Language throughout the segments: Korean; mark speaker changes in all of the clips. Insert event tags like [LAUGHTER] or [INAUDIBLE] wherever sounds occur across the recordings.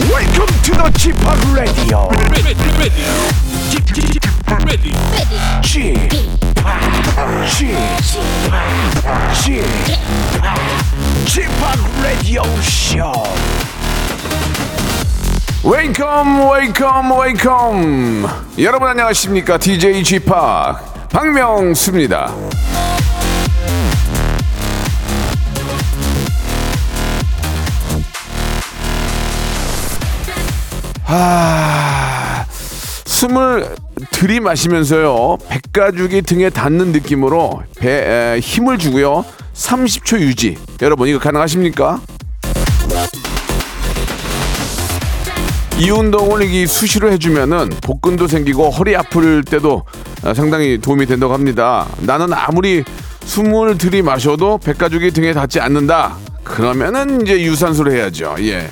Speaker 1: to the Chip Radio.
Speaker 2: ready, ready, Chip, chip, chip, ready,
Speaker 1: Chip, Chip, Chip, Chip Radio Show. 웨이컴 웨이컴 웨이컴 여러분 안녕하십니까 DJ g p 박명수입니다 아, 숨을 들이마시면서요. 백가죽이 등에 닿는 느낌으로 배에 힘을 주고요. 30초 유지. 여러분 이거 가능하십니까? 이 운동을 이 수시로 해주면은 복근도 생기고 허리 아플 때도 아, 상당히 도움이 된다고 합니다. 나는 아무리 숨을 들이마셔도 백가죽이 등에 닿지 않는다. 그러면은 이제 유산소를 해야죠. 예.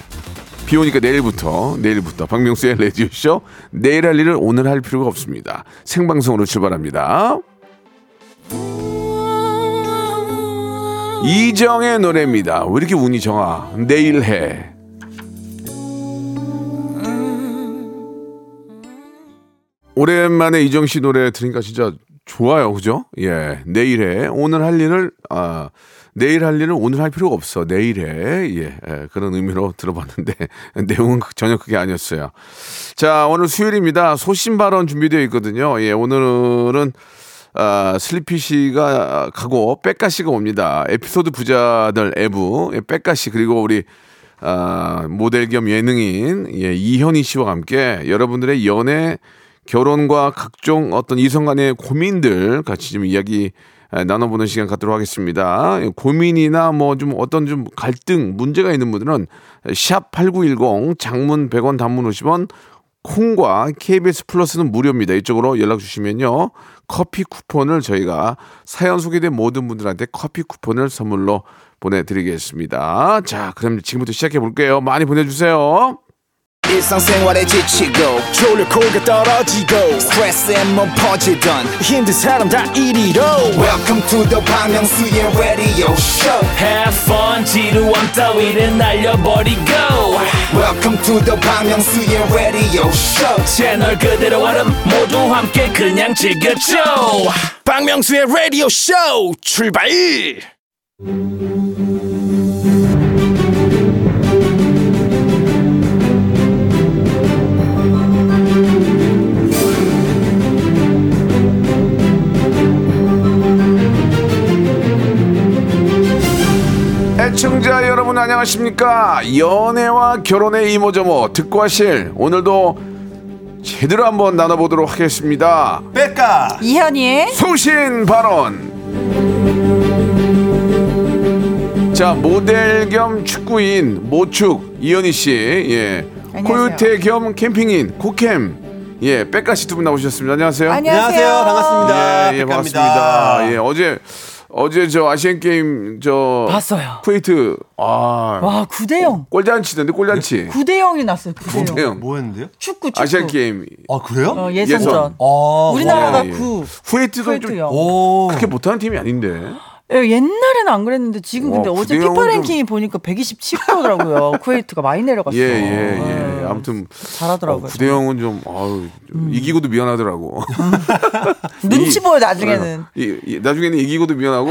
Speaker 1: 비 오니까 내일부터 내일부터 박명수의 레디오 쇼 내일 할 일을 오늘 할 필요가 없습니다. 생방송으로 출발합니다. 이정의 노래입니다. 왜 이렇게 운이 정아? 내일 해. 오랜만에 이정 씨 노래 들으니까 진짜 좋아요, 그죠? 예, 내일에 오늘 할 일을 아 내일 할 일을 오늘 할 필요가 없어. 내일에 예, 예, 그런 의미로 들어봤는데 [LAUGHS] 내용은 그- 전혀 그게 아니었어요. 자, 오늘 수요일입니다. 소신 발언 준비되어 있거든요. 예, 오늘은 아, 슬리피 씨가 가고 백가 씨가 옵니다. 에피소드 부자들 에부 예, 백가 씨 그리고 우리 아, 모델 겸 예능인 예, 이현희 씨와 함께 여러분들의 연애 결혼과 각종 어떤 이성 간의 고민들 같이 좀 이야기 에, 나눠보는 시간 갖도록 하겠습니다. 예, 고민이나 뭐 좀 어떤 좀 갈등 문제가 있는 분들은 샵8910 장문 100원 단문 50원 콩과 KBS 플러스는 무료입니다. 이쪽으로 연락 주시면요. 커피 쿠폰을 저희가 사연 소개된 모든 분들한테 커피 쿠폰을 선물로 보내드리겠습니다. 자, 그럼 지금부터 시작해 볼게요. 많이 보내주세요.
Speaker 3: 일상생활에 지치고, 졸려 코가 떨어지고, 스트레스에 몸 퍼지던, 힘든 사람 다 이리로. welcome to the Bang Myung-soo's radio show
Speaker 4: Have fun 지루함 따위를 날려버리고
Speaker 3: welcome to the Bang Myung-soo's radio show
Speaker 4: 채널 그대로 얼음 모두 함께 그냥 즐겨줘
Speaker 2: 박명수의 라디오 쇼 출발!
Speaker 1: 애청자 여러분 안녕하십니까? 연애와 결혼의 이모저모 듣과 실 오늘도 제대로 한번 나눠보도록 하겠습니다.
Speaker 5: 이현이의
Speaker 1: 소신 발언. 자 모델 겸 축구인 모축 이현희 씨, 예
Speaker 5: 안녕하세요.
Speaker 1: 코요태 겸 캠핑인 코캠, 예 백가씨 두 분 나오셨습니다. 안녕하세요.
Speaker 5: 안녕하세요.
Speaker 1: 예, 예 반갑습니다. 예 어제 어제 저 아시안 게임 저
Speaker 4: 봤어요.
Speaker 1: 쿠웨이트 아
Speaker 5: 와 네. 9대0
Speaker 1: 골잔치던데 골잔치
Speaker 5: 9대0이 났어요. 9대0
Speaker 1: 대형
Speaker 6: 뭐 했는데요?
Speaker 5: 축구 축구
Speaker 1: 아시안 게임
Speaker 6: 아 그래요?
Speaker 5: 어, 예선전
Speaker 1: 예선.
Speaker 6: 아, 어,
Speaker 5: 우리나라가
Speaker 1: 예, 예.
Speaker 5: 9
Speaker 1: 쿠웨이트도 좀 어?
Speaker 5: 쿠웨이트요.
Speaker 6: 오.
Speaker 1: 그렇게 못하는 팀이 아닌데
Speaker 5: 예, 옛날에는 안 그랬는데 지금 근데
Speaker 1: 와,
Speaker 5: 어제
Speaker 1: 9대0은
Speaker 5: 피파
Speaker 1: 좀-
Speaker 5: 랭킹이
Speaker 1: [LAUGHS]
Speaker 5: 보니까 127%더라고요. 쿠웨이트가 많이 내려갔어요.
Speaker 1: 예 예, 예,
Speaker 5: 예.
Speaker 1: 아무튼 어,
Speaker 5: 잘하더라고요.
Speaker 1: 그
Speaker 5: 음.
Speaker 1: 구대형은 좀 아유 좀 이기고도 미안하더라고.
Speaker 5: [LAUGHS] 눈치
Speaker 1: 이- 어,
Speaker 5: 보여 나중에는.
Speaker 1: 이- 이- 나중에는 이기고도 미안하고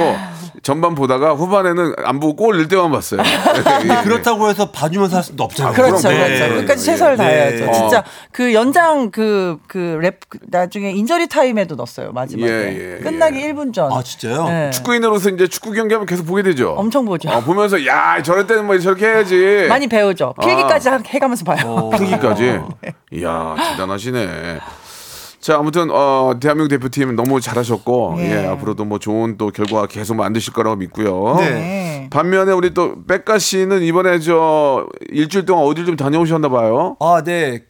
Speaker 1: 전반 보다가 후반에는 안 보고 골 넣을 때만 봤어요.
Speaker 5: [LAUGHS]
Speaker 1: 예.
Speaker 6: 그렇다고 해서 봐주면서 할 수도 없잖아요.
Speaker 1: 아, 그럼
Speaker 5: 그렇죠,
Speaker 1: 네.
Speaker 5: 그렇죠. 끝까지 최선을
Speaker 6: 네.
Speaker 5: 다해야죠.
Speaker 6: 어.
Speaker 5: 진짜 그 연장 그 그 랩 나중에 인저리 타임에도 넣었어요 마지막에
Speaker 1: 예, 예,
Speaker 5: 끝나기
Speaker 1: 예.
Speaker 5: 1분 전.
Speaker 6: 아 진짜요?
Speaker 5: 예.
Speaker 1: 축구인으로서 이제 축구 경기하면 계속 보게 되죠.
Speaker 5: 엄청 보죠.
Speaker 1: 어, 보면서 야 저럴 때는 뭐 저렇게 해야지.
Speaker 5: 많이 배우죠.
Speaker 1: 아.
Speaker 5: 필기까지 하- 해가면서 봐요.
Speaker 1: 어.
Speaker 5: [LAUGHS]
Speaker 1: 크기까지.
Speaker 5: 아, 네.
Speaker 1: 이야 대단하시네. 자 아무튼 어, 대한민국 대표팀 너무 잘하셨고
Speaker 5: 예.
Speaker 1: 예, 앞으로도 뭐 좋은 또 결과 계속 만드실 거라고 믿고요.
Speaker 5: 네.
Speaker 1: 반면에 우리 또 백가 씨는 이번에 저 일주일 동안 어딜 좀 다녀오셨나 봐요.
Speaker 6: 아, 네.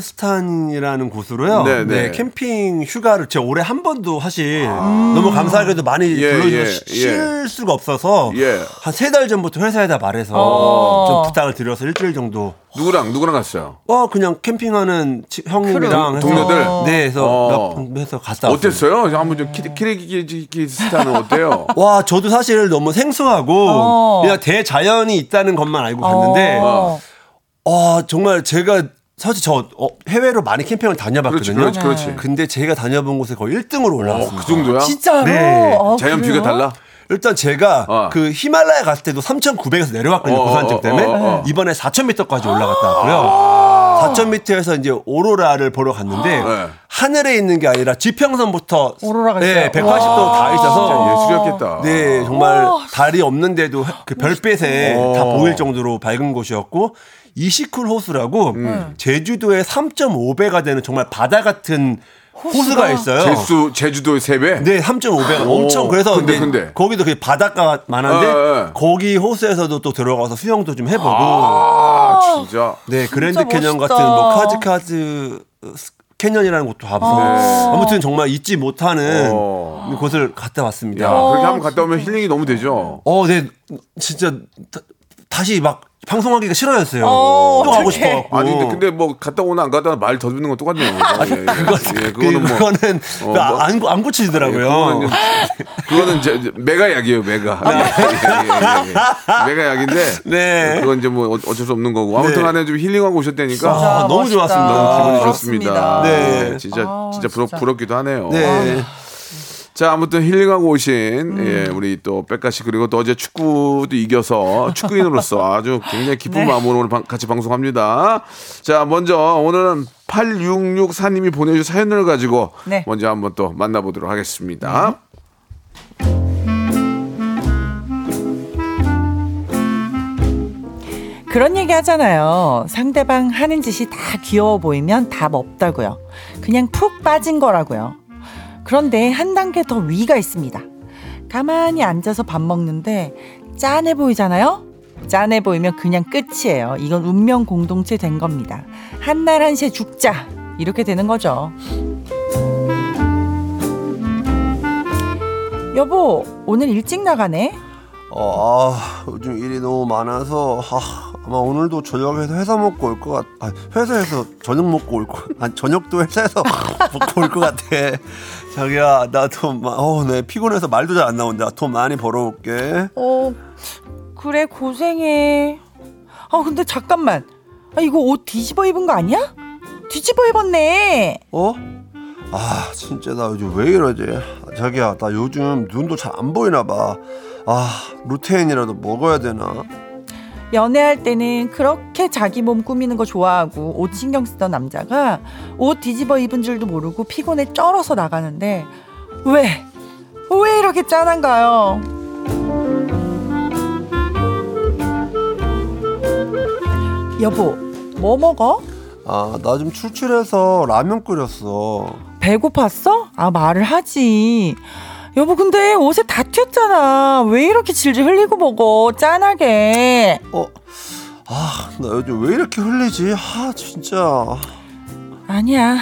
Speaker 6: 키르기즈스탄이라는 곳으로요.
Speaker 1: 네,
Speaker 6: 네,
Speaker 1: 네.
Speaker 6: 캠핑 휴가를 제가 올해 한 번도 사실 너무 감사하게도 많이
Speaker 1: 아. 예, 예,
Speaker 6: 불러주셔서 쉴 수가 없어서
Speaker 1: 예.
Speaker 6: 한 세 달 전부터 회사에다 말해서
Speaker 5: 어.
Speaker 6: 좀 부탁을 드려서 일주일 정도.
Speaker 1: 누구랑 누구랑 갔어요?
Speaker 6: 어, 그냥 캠핑하는 치- 형님이랑 해서
Speaker 1: 동료들?
Speaker 6: 네, 그래서
Speaker 1: 어.
Speaker 6: 몇번 해서 갔다 왔어요.
Speaker 1: 어땠어요? 한번 좀 키리키리키스타는
Speaker 5: [LAUGHS]
Speaker 1: 어때요?
Speaker 6: 와, 저도 사실 너무 생소하고
Speaker 5: 어.
Speaker 6: 그냥 대자연이 있다는 것만 알고 갔는데
Speaker 5: 어.
Speaker 6: 아 정말 제가 사실 저 어, 해외로 많이 캠핑을 다녀봤거든요.
Speaker 1: 그렇지, 그렇지, 그렇지.
Speaker 6: 근데 제가 다녀본 곳에 거의 1등으로 올라왔습니다.
Speaker 1: 그 정도야?
Speaker 5: 어, 진짜로?
Speaker 6: 네.
Speaker 5: 아,
Speaker 1: 자연
Speaker 5: 그래요?
Speaker 1: 뷰가 달라?
Speaker 6: 일단 제가
Speaker 1: 어.
Speaker 6: 그 히말라야 갔을 때도 3,900에서 내려갔거든요.
Speaker 1: 어,
Speaker 6: 고산증 때문에
Speaker 1: 어, 어, 어.
Speaker 6: 이번에
Speaker 5: 아.
Speaker 6: 4,000m까지 올라갔다고요. 4,000m에서 이제 오로라를 보러 갔는데
Speaker 1: 네.
Speaker 6: 하늘에 있는 게 아니라 지평선부터
Speaker 5: 오로라가
Speaker 6: 네,
Speaker 5: 있어요?
Speaker 6: 180도 다
Speaker 1: 진짜
Speaker 6: 있어서
Speaker 1: 예술이었겠다.
Speaker 6: 네, 정말 달이 없는데도 그 별빛에 다
Speaker 1: 어.
Speaker 6: 보일 정도로 밝은 곳이었고 이시쿨 호수라고
Speaker 1: 음.
Speaker 6: 제주도의 3.5배가 되는 정말 바다 같은 호수가,
Speaker 5: 호수가?
Speaker 6: 있어요.
Speaker 1: 제주 제주도의 세 배.
Speaker 6: 네, 3.5배가 엄청 그래서
Speaker 1: 근데,
Speaker 6: 이제
Speaker 1: 근데.
Speaker 6: 거기도 그 바닷가 많은데
Speaker 1: 예, 예.
Speaker 6: 거기 호수에서도 또 들어가서 수영도 좀 해보고
Speaker 1: 아 진짜.
Speaker 6: 네 그랜드
Speaker 5: 진짜
Speaker 6: 캐년
Speaker 5: 멋있다.
Speaker 6: 같은 뭐 카즈카즈 캐년이라는 곳도 가보고 아무튼 정말 잊지 못하는
Speaker 1: 네. 어.
Speaker 6: 곳을 갔다
Speaker 1: 야
Speaker 6: 왔습니다.
Speaker 1: 그렇게 한번 갔다 오면 힐링이 너무 되죠.
Speaker 6: 어, 네 진짜 다, 시막 방송하기가 싫어졌어요.
Speaker 5: 어,
Speaker 6: 또 가고
Speaker 5: 어떡해.
Speaker 6: 싶어갖고.
Speaker 1: 아니 근데, 근데 뭐 갔다 오나 안 갔다 오나 말 더듬는 건 똑같네요. [LAUGHS] 예, 예. 예,
Speaker 6: 그거는
Speaker 1: 뭐-
Speaker 6: 그거는
Speaker 1: 어,
Speaker 6: 나
Speaker 1: 뭐-
Speaker 6: 안, 안 고치더라고요.
Speaker 1: 그거는, 이제- [LAUGHS] 그거는 이제 이제 메가 약이에요, 메가. 예, 예, 예, 예. 메가 약인데.
Speaker 6: 네.
Speaker 1: 그건 이제 뭐 어쩔 수 없는 거고. 아무튼
Speaker 6: 네.
Speaker 1: 간에 좀 힐링하고 오셨다니까.
Speaker 6: 아, 너무 좋았습니다. 너무
Speaker 1: 기분이
Speaker 6: 아,
Speaker 1: 좋습니다.
Speaker 6: 네.
Speaker 1: 예, 진짜
Speaker 5: 아,
Speaker 1: 진짜 부럽
Speaker 5: 진짜.
Speaker 1: 부럽기도 하네요.
Speaker 6: 네.
Speaker 1: 아. 자, 아무튼 힐링하고 오신
Speaker 5: 음.
Speaker 1: 예, 우리 또 백가씨 그리고 또 어제 축구도 이겨서
Speaker 5: [LAUGHS]
Speaker 1: 축구인으로서 아주 굉장히 기쁜
Speaker 5: 네.
Speaker 1: 마음으로 오늘 방- 같이 방송합니다. 자, 먼저 오늘은 8664님이 보내주신 사연을 가지고
Speaker 5: 네.
Speaker 1: 먼저 한번 또 만나보도록 하겠습니다.
Speaker 5: 그런 얘기 하잖아요. 상대방 하는 짓이 다 귀여워 보이면 답 없다고요. 그냥 푹 빠진 거라고요. 그런데 한 단계 더 위가 있습니다. 가만히 앉아서 밥 먹는데 짠해 보이잖아요? 짠해 보이면 그냥 끝이에요. 이건 운명 공동체 된 겁니다. 한 날 한시에 죽자. 이렇게 되는 거죠. 여보, 오늘 일찍 나가네?
Speaker 6: 어, 아, 요즘 일이 너무 많아서 아, 아마 오늘도 저녁에서 회사 먹고 올 것 같. 아, 회사에서 저녁 먹고 올 거. 아, 저녁도 회사에서 [LAUGHS] 먹고 올 것 같아. 자기야, 나돈 어, 내 피곤해서 말도 잘 안 나온다. 돈 많이 벌어올게.
Speaker 5: 어, 그래, 고생해. 아, 근데 잠깐만. 아, 이거 옷 뒤집어 입은 거 아니야? 뒤집어 입었네.
Speaker 6: 어? 아, 진짜 나 요즘 왜 이러지? 자기야, 나 요즘 눈도 잘 안 보이나 봐. 아, 루테인이라도 먹어야 되나?
Speaker 5: 연애할 때는 그렇게 자기 몸 꾸미는 거 좋아하고 옷 신경 쓰던 남자가 옷 뒤집어 입은 줄도 모르고 피곤해 쩔어서 나가는데 왜? 왜 이렇게 짠한가요? 여보, 뭐 먹어?
Speaker 6: 아, 나 좀 출출해서 라면 끓였어.
Speaker 5: 배고팠어? 아 말을 하지. 여보 근데 옷에 다 튀었잖아. 왜 이렇게 질질 흘리고 먹어? 짠하게.
Speaker 6: 어? 아, 나 요즘 왜 이렇게 흘리지? 아, 진짜. 어,
Speaker 5: 아니야.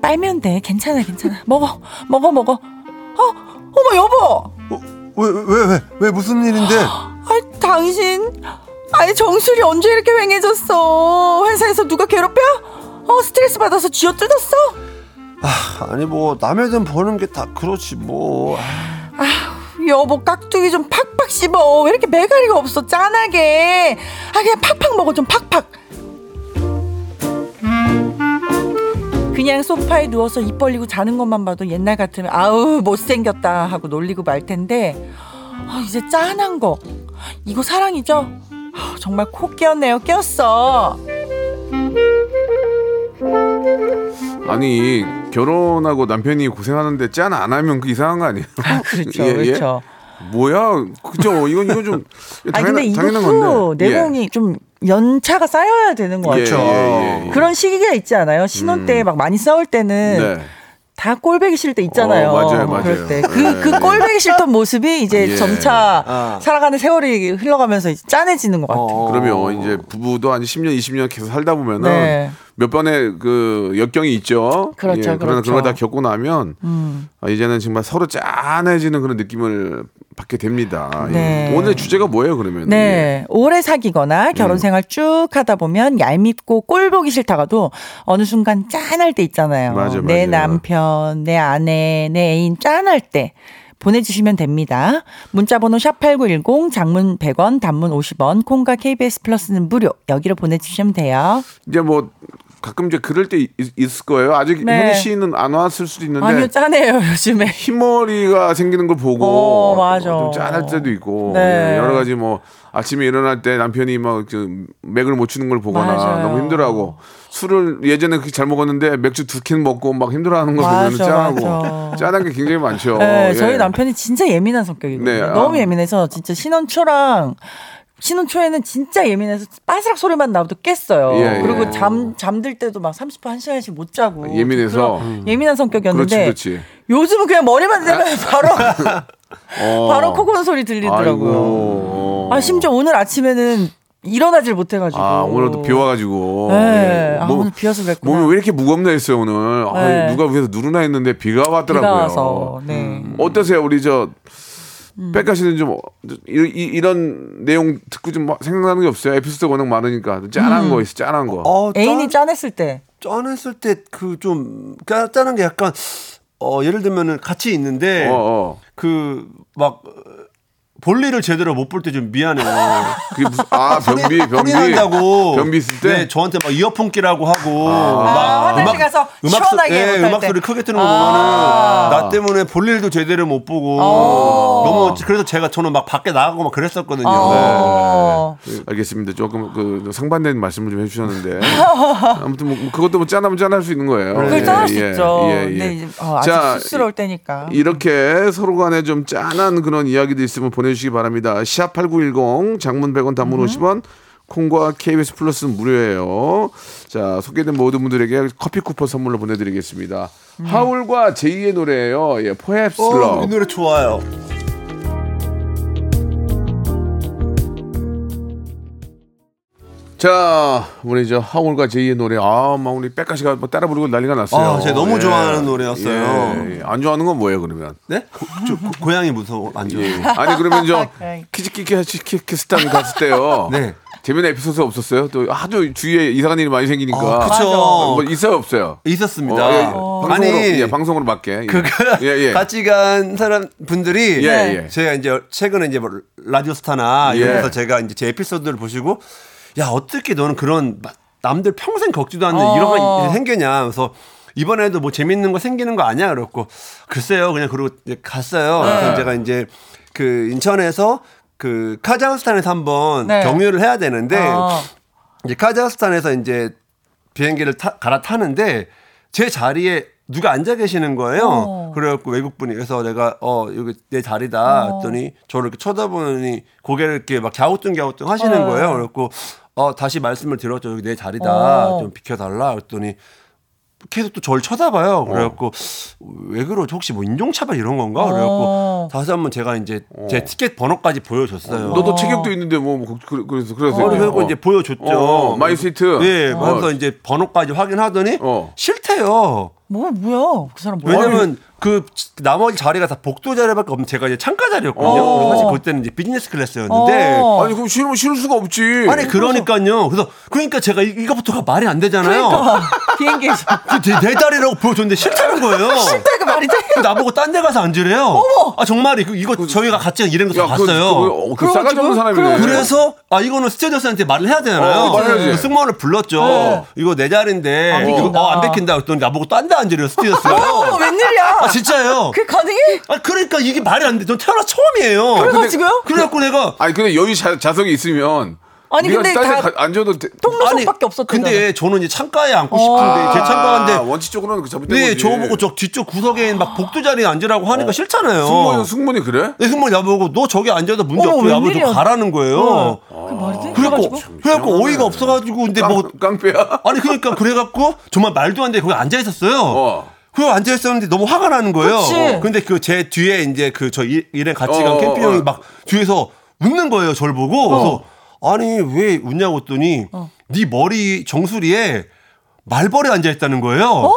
Speaker 5: 빨면 돼. 괜찮아 괜찮아. 먹어 먹어 먹어. 어 어머 여보.
Speaker 6: 어, 왜, 왜, 왜, 왜 무슨 일인데?
Speaker 5: 아 당신. 아니 정수리 언제 이렇게 휑해졌어? 회사에서 누가 괴롭혀? 어 스트레스 받아서 쥐어 뜯었어?
Speaker 6: 아니, 뭐, 남의 돈 버는 게 다 그렇지, 뭐. 아,
Speaker 5: 여보 깍두기 좀 팍팍 씹어. 왜 이렇게 매가리가 없어? 짠하게. 아 그냥 팍팍 먹어 좀 팍팍. 그냥 소파에 누워서 입 벌리고 자는 것만 봐도 옛날 같으면 아우 못생겼다 하고 놀리고 말 텐데 아, 이제 짠한 거 이거 사랑이죠? 아, 정말 코 끼었네요 끼었어 네.
Speaker 1: 아니 결혼하고 남편이 고생하는데 짠 안 하면 그 이상한 거 아니에요?
Speaker 5: [LAUGHS] 아, 그렇죠
Speaker 1: 예, 예?
Speaker 5: 그렇죠
Speaker 1: 뭐야? 그죠? 이건 이건 좀
Speaker 5: 아
Speaker 1: 당연한
Speaker 5: 근데
Speaker 1: 당연한
Speaker 5: 이것도
Speaker 1: 건데.
Speaker 5: 내공이 좀 연차가 쌓여야 되는 거
Speaker 1: 예. 예,
Speaker 5: 같아요
Speaker 1: 예, 예, 예.
Speaker 5: 그런 시기가 있지 않아요? 신혼 때 막 많이 싸울 때는
Speaker 1: 네.
Speaker 5: 다 꼴배기 싫을 때 있잖아요.
Speaker 1: 어, 맞아요, 맞아요.
Speaker 5: 그럴 때.
Speaker 1: 예.
Speaker 5: 그, 그 꼴배기 싫던 모습이 이제
Speaker 1: 예.
Speaker 5: 점차
Speaker 6: 아.
Speaker 5: 살아가는 세월이 흘러가면서 이제 짠해지는 것 같아요.
Speaker 6: 어.
Speaker 1: 그러면 이제 부부도 한 10년, 20년 계속 살다 보면은
Speaker 5: 네.
Speaker 1: 몇 번의 그 역경이 있죠. 예,
Speaker 5: 그렇죠,
Speaker 1: 그러나
Speaker 5: 그렇죠. 음.
Speaker 1: 그걸 다 겪고 나면 아, 이제는 정말 서로 짠해지는 그런 느낌을 받게 됩니다. 예.
Speaker 5: 네.
Speaker 1: 오늘의 주제가 뭐예요, 그러면?
Speaker 5: 네. 오래 사귀거나 결혼 생활 쭉 하다 보면 얄밉고 꼴보기 싫다가도 어느 순간 짠할 때 있잖아요.
Speaker 1: 맞아,
Speaker 5: 내
Speaker 1: 맞아.
Speaker 5: 남편, 내 아내, 내 애인 짠할 때. 보내주시면 됩니다. 문자번호 샵8910 장문 100원 단문 50원 콩과 KBS 플러스는 무료 여기로 보내주시면 돼요.
Speaker 1: 이제 뭐 가끔 이제 그럴 때 있, 있을 거예요. 아직
Speaker 5: 네.
Speaker 1: 현희 씨는 안 왔을 수도 있는데
Speaker 5: 아니요 짠해요 요즘에.
Speaker 1: 흰머리가 생기는 걸 보고
Speaker 5: 어, 맞아.
Speaker 1: 좀 짠할 때도 있고
Speaker 5: 네.
Speaker 1: 예, 여러 가지 뭐 아침에 일어날 때 남편이 막 그 맥을 못 치는 걸 보거나
Speaker 5: 맞아요.
Speaker 1: 너무 힘들어하고 술을 예전에 그렇게 잘 먹었는데 맥주 두 캔 먹고 막 힘들어하는 걸 보면
Speaker 5: 맞아,
Speaker 1: 짠하고
Speaker 5: 맞아.
Speaker 1: 짠한 게 굉장히 많죠.
Speaker 5: 네,
Speaker 1: 예.
Speaker 5: 저희 남편이 진짜 예민한 성격이거든요.
Speaker 1: 네, 아.
Speaker 5: 너무 예민해서 진짜 신혼 초랑 신혼 초에는 진짜 예민해서 빠스락 소리만 나도 깼어요.
Speaker 1: 예, 예.
Speaker 5: 그리고 잠 잠들 때도 막 30분 1 시간씩 못 자고
Speaker 1: 예민해서? 음.
Speaker 5: 그런 예민한 성격이었는데
Speaker 1: 그렇지, 그렇지. 아.
Speaker 5: 요즘은 그냥 머리만 대면 바로
Speaker 1: [LAUGHS] 어.
Speaker 5: 바로 코고는 소리 들리더라고요.
Speaker 1: 아이고.
Speaker 5: 아 심지어 오늘 아침에는 일어나질 못해가지고
Speaker 1: 아, 오늘도 비 와가지고. 예.
Speaker 5: 네. 아,
Speaker 1: 몸-
Speaker 5: 오늘 비 와서 그랬구나.
Speaker 1: 몸이 왜 이렇게 무겁나 했어요, 오늘. 아,
Speaker 5: 네.
Speaker 1: 누가 위에서 누르나 했는데 비가 왔더라고요. 음,
Speaker 5: 비가 와서 네. 음.
Speaker 1: 어떠세요, 우리 저, 백가 씨는 좀, 어, 이, 런 내용 듣고 좀 뭐 생각나는 게 없어요? 에피소드 워낙 많으니까.
Speaker 5: 음.
Speaker 1: 짠한 거 있어, 짠한 거.
Speaker 6: 어, 짠-
Speaker 5: 애인이 짠했을 때
Speaker 6: 짠했을 때 그 좀 짜는 게 약간 어 예를 들면은 같이 있는데
Speaker 1: 어, 어.
Speaker 6: 그 막 볼일을 제대로 못 볼 때 좀 미안해요.
Speaker 1: 그게 무슨,
Speaker 6: [LAUGHS]
Speaker 1: 아, 변비, 변비.
Speaker 6: 한다고
Speaker 1: 변비 있을 때?
Speaker 6: 네, 저한테 막 이어폰 끼라고 하고
Speaker 5: 아, 화장실 가서 시원하게
Speaker 6: 소- 예,
Speaker 5: 못할
Speaker 6: 음악
Speaker 5: 때.
Speaker 6: 소리 크게 트는 거
Speaker 5: 아.
Speaker 6: 보면은 나 때문에 볼일도 제대로 못 보고 너무 그래서 제가 저는 막 밖에 나가고 막 그랬었거든요.
Speaker 1: 네.
Speaker 5: 어.
Speaker 1: 알겠습니다. 조금 그 상반된 말씀을 좀
Speaker 5: [LAUGHS]
Speaker 1: 해주셨는데 아무튼 뭐 그것도 뭐 짠하면 짠할 수 있는 거예요.
Speaker 5: 그걸
Speaker 1: 예,
Speaker 5: 짠할 수
Speaker 1: 예,
Speaker 5: 있죠.
Speaker 1: 예, 예.
Speaker 5: 근데 이제, 어, 아직
Speaker 1: 자,
Speaker 5: 쑥스러울 때니까.
Speaker 1: 이렇게 서로 간에 좀 짠한 그런 이야기도 있으면 보내주시기 바랍니다. 샵8910 장문 100원 단문
Speaker 6: 음.
Speaker 1: 50원 콩과 KBS 플러스는 무료예요. 자 소개된 모든 분들에게 커피 쿠폰 선물로 보내드리겠습니다. 하울과 제이의 노래예요. 예, 포헥스
Speaker 6: 음. 어, 이
Speaker 1: 러브.
Speaker 6: 노래 좋아요.
Speaker 1: 자 우리 저 하울과 제이의 노래 아막 우리 백가시가 뭐 따라 부르고 난리가 났어요.
Speaker 6: 아, 제가 너무 좋아하는 노래였어요.
Speaker 1: 예, 예. 안 좋아하는 건 뭐예요 그러면?
Speaker 6: 네? 고, 저, 고, 고양이 무서워 안 좋아요.
Speaker 1: 예. 아니 그러면 저
Speaker 5: 고양이.
Speaker 1: 키즈키키키스탄 갔을 때요.
Speaker 6: [LAUGHS] 네.
Speaker 1: 재미난 에피소드 없었어요? 또 하도 주위에 이상한 일이 많이 생기니까.
Speaker 6: 아, 그쵸.
Speaker 1: 뭐 있어요 없어요?
Speaker 6: 있었습니다.
Speaker 1: 어, 예, 예.
Speaker 6: 아니
Speaker 1: 방송으로, 예, 방송으로 맞게. 예.
Speaker 6: 그거
Speaker 1: 예, 예.
Speaker 6: 같이 간 사람 분들이
Speaker 1: 예, 예.
Speaker 6: 제가 이제 최근에 이제 뭐 라디오스타나
Speaker 1: 예.
Speaker 6: 이런데서 제가 이제 제 에피소드를 보시고 야 어떻게 너는 그런 마- 남들 평생 겪지도 않는
Speaker 5: 어.
Speaker 6: 이런 거 생기냐 그래서 이번에도 뭐 재밌는 거 생기는 거 아니야 그랬고 글쎄요 그냥 그러고 이제 갔어요.
Speaker 5: 네.
Speaker 6: 그래서 제가 이제 그 인천에서 그 카자흐스탄에서 한번
Speaker 5: 네.
Speaker 6: 경유를 해야 되는데
Speaker 5: 어.
Speaker 6: 이제 카자흐스탄에서 이제 비행기를 타, 갈아타는데 제 자리에 누가 앉아 계시는 거예요.
Speaker 5: 어.
Speaker 6: 그래갖고 외국분이 그래서 내가 어 여기 내 자리다
Speaker 5: 어.
Speaker 6: 했더니 저를 이렇게 쳐다보니 고개를 이렇게 막 갸우뚱갸우뚱
Speaker 5: 네.
Speaker 6: 하시는 거예요. 그래갖고 어 다시 말씀을 드렸죠. 여기 내 자리다.
Speaker 5: 어.
Speaker 6: 좀 비켜달라 했더니 계속 또 저를
Speaker 5: 어.
Speaker 6: 쳐다봐요. 그래갖고 왜 그러지? 혹시 뭐 인종차별 이런 건가? 그래갖고
Speaker 5: 어.
Speaker 6: 다시 한번 제가 이제 제 티켓 번호까지 보여줬어요.
Speaker 1: 어. 너도 체격도 있는데 뭐, 뭐 그- 그래서 그래서.
Speaker 6: 어, 그리고 이제 보여줬죠.
Speaker 1: 어, 마이 시트.
Speaker 6: 예,
Speaker 1: 어.
Speaker 6: 그래서 이제 번호까지 확인하더니
Speaker 1: 어.
Speaker 6: 싫대요.
Speaker 5: 뭐 뭐야 그 사람 뭐야?
Speaker 6: 왜냐면 그 나머지 자리가 다 복도 자리밖에 없는 제가 이제 창가 자리였거든요.
Speaker 1: 어.
Speaker 6: 그리고 사실 그때는 이제 비즈니스 클래스였는데
Speaker 5: 어.
Speaker 1: 아니 그럼 싫으면 싫을 수가 없지.
Speaker 6: 아니 그러니까요. 그래서 그러니까 제가 이- 이거부터가 말이 안 되잖아요.
Speaker 5: 그러니까. 비행기에서
Speaker 6: 그 내, 내 자리라고 보여줬는데 싫다는
Speaker 5: [LAUGHS]
Speaker 6: 거예요.
Speaker 5: 그 말이 돼?
Speaker 6: 그 나보고 딴 데 가서 앉으래요. 아 정말 이거, 이거 저희가 같이 일한 거다
Speaker 1: 그 야, 그,
Speaker 6: 봤어요.
Speaker 1: 그, 그 싸가지 없는 사람이네.
Speaker 6: 그래서 아 이거는 스튜디오스한테 말을 해야 되잖아요.
Speaker 1: 어, 말을 해야지.
Speaker 6: 그 승무원을 불렀죠. 이거 내 자리인데
Speaker 5: 안
Speaker 6: 이거
Speaker 5: 비킨다.
Speaker 6: 어, 안 베낀다 그랬더니 나보고 딴 데 앉으래요
Speaker 5: 어,
Speaker 6: 스튜디오스가.
Speaker 5: 웬일이야?
Speaker 6: 아 진짜요?
Speaker 5: 그게 가능해?
Speaker 6: 아 그러니까 이게 말이 안 돼. 전 태어나 처음이에요.
Speaker 5: 그래가지고요?
Speaker 6: 그래갖고 내가
Speaker 1: 아니 근데 여유 자, 좌석이 있으면.
Speaker 5: 아니,
Speaker 1: 네가
Speaker 5: 근데
Speaker 1: 딴데
Speaker 5: 다
Speaker 1: 가- 앉아도 돼.
Speaker 5: 통로석밖에 없었대잖아.
Speaker 6: 근데 저는 이제 창가에 앉고 싶은데 제 창가인데
Speaker 1: 아, 원칙적으로는 그 잘못된
Speaker 6: 네,
Speaker 1: 거지.
Speaker 6: 저보고 저 뒤쪽 구석에 막 복도 자리에 앉으라고 하니까 싫잖아요.
Speaker 1: 승무원 승무원이 그래?
Speaker 6: 내 승무원 나보고 너 저기 앉아도 문제
Speaker 5: 어머,
Speaker 6: 없고 나보고
Speaker 5: 웬일이야.
Speaker 6: 좀 가라는 거예요.
Speaker 5: 그 말이 돼?
Speaker 6: 어. 그래갖고
Speaker 5: 그래가지고
Speaker 6: 그래갖고 어이가 없어가지고 근데 뭐
Speaker 1: 깡- 깡패야.
Speaker 6: 아니 그러니까 그래갖고 정말 말도 안 돼 거기 앉아 있었어요.
Speaker 1: 어.
Speaker 6: 그거 앉아 있었는데 너무 화가 나는 거예요.
Speaker 5: 그치.
Speaker 6: 근데 그 제 뒤에 이제 그 저 일행 같이 간
Speaker 1: 어,
Speaker 6: 캠핑
Speaker 1: 어,
Speaker 6: 형이
Speaker 1: 어.
Speaker 6: 막 뒤에서 웃는 거예요. 저를 보고 그래서 아니 왜 웃냐고 했더니
Speaker 5: 어.
Speaker 6: 네 머리 정수리에 말벌이 앉아 있다는 거예요.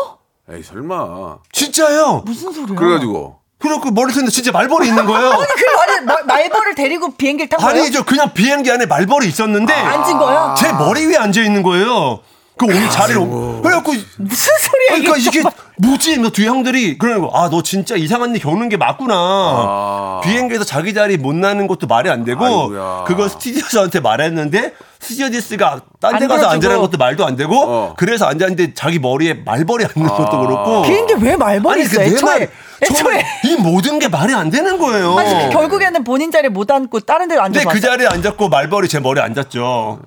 Speaker 1: 에이 설마.
Speaker 6: 진짜요?
Speaker 5: 어? 무슨 소리야?
Speaker 1: 그래가지고
Speaker 6: 그래갖고 머리 쓰는데 진짜 말벌이
Speaker 5: [LAUGHS]
Speaker 6: 있는 거예요.
Speaker 5: 그 말을 마- 말벌을 데리고 비행기를 탄 거예요?
Speaker 6: 아니 저 그냥 비행기 안에 말벌이 있었는데
Speaker 5: 앉은 거예요?
Speaker 6: 제 머리 위에 앉아 있는 거예요. 그 오늘 자리를 옮- 그래갖고
Speaker 5: 무슨 소리야
Speaker 6: 아니, 그러니까
Speaker 5: 이게
Speaker 6: 이게 뭐지? 뭐 뒤에 형들이 그러고 아 너 진짜 이상한 일 겪는 게 맞구나.
Speaker 5: 아.
Speaker 6: 비행기에서 자기 자리 못 나는 것도 말이 안 되고
Speaker 1: 아이고야.
Speaker 6: 그걸 스튜디오스한테 말했는데 스튜디오스가 딴 데
Speaker 5: 안
Speaker 6: 가서
Speaker 5: 들어주고.
Speaker 6: 앉으라는 것도 말도 안 되고
Speaker 1: 어.
Speaker 6: 그래서 앉았는데 자기 머리에 말벌이 앉는 것도 그렇고
Speaker 5: 아.
Speaker 6: 그
Speaker 5: 비행기 왜 말벌이 있어
Speaker 6: 내
Speaker 5: 애초에
Speaker 6: 말-
Speaker 5: 애초에
Speaker 6: 저는 이 모든 게 말이 안 되는 거예요.
Speaker 5: [LAUGHS] 아니 근데 결국에는 본인 자리에 못 앉고 다른 데로
Speaker 6: 어. 근데
Speaker 5: 앉아서
Speaker 6: 그 자리에 앉았고 말벌이 제 머리에 앉았죠.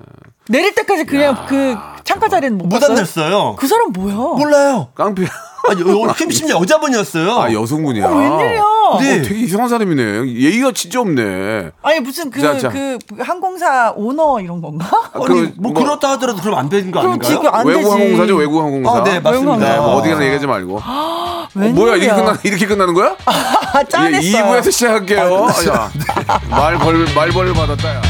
Speaker 5: 내릴 때까지 그냥 그 창가 자리는 못,
Speaker 6: 못
Speaker 5: 갔어요?
Speaker 6: 앉았어요.
Speaker 5: 그 사람 뭐야
Speaker 6: 몰라요.
Speaker 1: 깡패.
Speaker 6: 아니, 여- 심지어 여자분이었어요.
Speaker 1: 아 여성분이야.
Speaker 5: 웬일이야
Speaker 1: 어,
Speaker 6: 네.
Speaker 1: 되게 이상한 사람이네. 예의가 진짜 없네.
Speaker 5: 아니 무슨 그
Speaker 1: 자,
Speaker 5: 그
Speaker 1: 자.
Speaker 5: 항공사 오너 이런 건가 [LAUGHS]
Speaker 1: 아,
Speaker 6: 아니,
Speaker 1: 그,
Speaker 6: 뭐
Speaker 1: 뭐,
Speaker 6: 그렇다 하더라도 그럼 안 되는 거
Speaker 5: 그럼
Speaker 6: 아닌가요?
Speaker 5: 지금 안 되지.
Speaker 1: 외국 항공사죠. 외국 항공사.
Speaker 6: 아, 네, 맞습니다.
Speaker 1: 네, 뭐
Speaker 5: 아.
Speaker 1: 어디 가나 얘기하지 말고.
Speaker 6: 어,
Speaker 5: 웬일이야
Speaker 1: 뭐야 이렇게 끝나 이렇게 끝나는 거야?
Speaker 5: [LAUGHS]
Speaker 1: 예,
Speaker 5: 아 짠했어
Speaker 1: 2부에서
Speaker 6: 아,
Speaker 1: 시작할게요. 아, 야, 말벌 말벌 받았다. 야.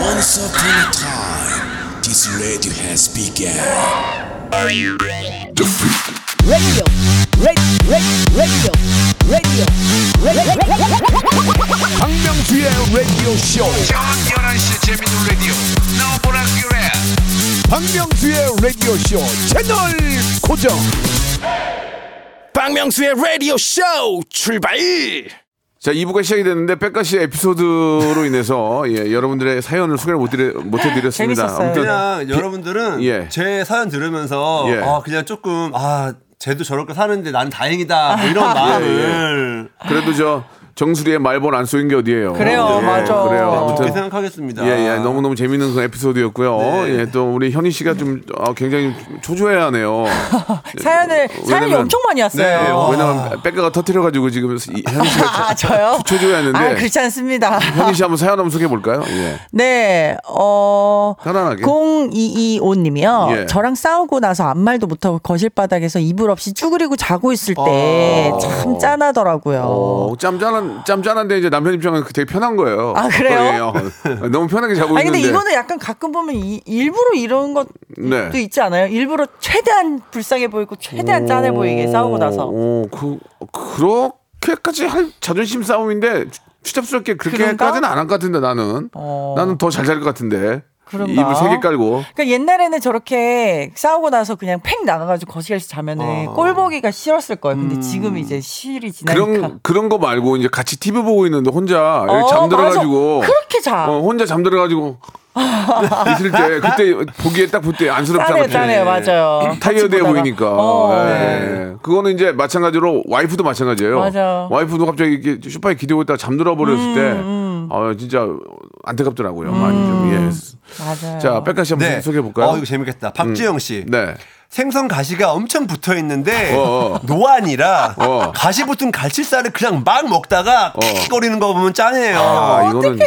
Speaker 7: Once upon a time, this radio has begun.
Speaker 1: 박명수의 라디오 쇼. 박명수의 라디오 쇼 채널 고정.
Speaker 2: 박명수의 라디오 쇼 출발
Speaker 1: 자, 2부가 시작이 됐는데 백가시 에피소드로 인해서 예, 여러분들의 사연을 소개를 못, 드려, 못 해드렸습니다.
Speaker 5: 재밌었어요.
Speaker 6: 그냥 여러분들은
Speaker 1: 그렇죠. 예.
Speaker 6: 제 사연 들으면서
Speaker 1: 예.
Speaker 6: 아 그냥 조금 아 쟤도 저렇게 사는데 난 다행이다
Speaker 5: [LAUGHS]
Speaker 6: 뭐
Speaker 5: 예,
Speaker 6: 이런 마음을
Speaker 5: 아,
Speaker 1: 그래도 저 정수리의 말벌 안 쏘인 게 어디예요.
Speaker 5: 그래요, 맞아.
Speaker 1: 그래요.
Speaker 5: 네,
Speaker 6: 좋게
Speaker 1: 아무튼
Speaker 6: 생각하겠습니다.
Speaker 1: 예, 예, 너무너무 재밌는 그 에피소드였고요.
Speaker 6: 네.
Speaker 1: 예, 또 우리 현희 씨가 좀 아, 굉장히 초조해야 하네요.
Speaker 5: [LAUGHS]
Speaker 1: 어,
Speaker 5: 사연을 사연이
Speaker 1: 왜냐면-
Speaker 5: 엄청 많이
Speaker 1: 네,
Speaker 5: 왔어요
Speaker 1: 왜냐면 백가가 터트려가지고 지금 이- 현희 씨가
Speaker 5: [LAUGHS] 아 저요
Speaker 1: 초조해 하는데.
Speaker 5: 아 그렇지 않습니다
Speaker 1: 현희 씨 한번 사연 한번 소개해 볼까요? 예.
Speaker 5: [LAUGHS] 네, 어.
Speaker 1: 편안하게.
Speaker 5: 0225님이요.
Speaker 1: 예.
Speaker 5: 저랑 싸우고 나서 아무 말도 못하고 거실 바닥에서 이불 없이 쭈그리고 자고 있을 때 참 짠하더라고요.
Speaker 1: 아. 어, 짬짠한 짬짠한데 이제 남편 입장은 그 되게 편한 거예요.
Speaker 5: 아, 그래요?
Speaker 1: 예, 어. 너무 편하게 자고
Speaker 5: 아니, 근데
Speaker 1: 있는데.
Speaker 5: 이거는 약간 가끔 보면 이- 일부러 이런 것도
Speaker 1: 네.
Speaker 5: 있지 않아요? 일부러 최대한 불쌍해 보이고 최대한 짠해 보이게 싸우고 나서.
Speaker 1: 오, 그 그렇게까지 할 자존심 싸움인데 추- 추잡스럽게 그렇게까지는
Speaker 5: 그런가?
Speaker 1: 안 할 것 같은데 나는
Speaker 5: 어.
Speaker 1: 나는 더 잘 잘 것 같은데.
Speaker 5: 그런가?
Speaker 1: 이불 세 개 깔고.
Speaker 5: 그러니까 옛날에는 저렇게 싸우고 나서 그냥 팽 나가가지고 거실에서
Speaker 1: 아.
Speaker 5: 자면은 꼴 보기가 싫었을 거예요. 근데 지금 이제 시일이 지나니까.
Speaker 1: 음. 그런 그런 거 말고 이제 같이 TV 보고 있는데 혼자
Speaker 5: 어,
Speaker 1: 이렇게 잠들어가지고
Speaker 5: 맞아. 그렇게 자.
Speaker 1: 어, 혼자
Speaker 5: [LAUGHS]
Speaker 1: 잠들어가지고 있을 때 그때 보기에 딱 볼 때 안쓰럽잖아요.
Speaker 5: 짠해요, 짠해요. 맞아요. 같이
Speaker 1: 타이어드해
Speaker 5: 보다가.
Speaker 1: 보이니까.
Speaker 5: 어.
Speaker 1: 예, 예. 그거는 이제 마찬가지로 와이프도 마찬가지예요.
Speaker 5: 맞아. 음,
Speaker 1: 와이프도 갑자기 이렇게 쇼파에 기대고 있다가 잠들어 버렸을 때, 아 진짜 안타깝더라고요. 많이 좀. 예.
Speaker 5: 음. 맞아요.
Speaker 1: 자, 백가 씨 한번
Speaker 6: 네.
Speaker 1: 소개해 볼까요?
Speaker 6: 어 이거 재밌겠다. 박지영 씨.
Speaker 1: 네.
Speaker 6: 생선 가시가 엄청 붙어 있는데
Speaker 1: 어, 어.
Speaker 6: 노안이라
Speaker 1: 어.
Speaker 6: 가시 붙은 갈치살을 그냥 막 먹다가 킥거리는 거 보면 짠해요.
Speaker 1: 아, 이거는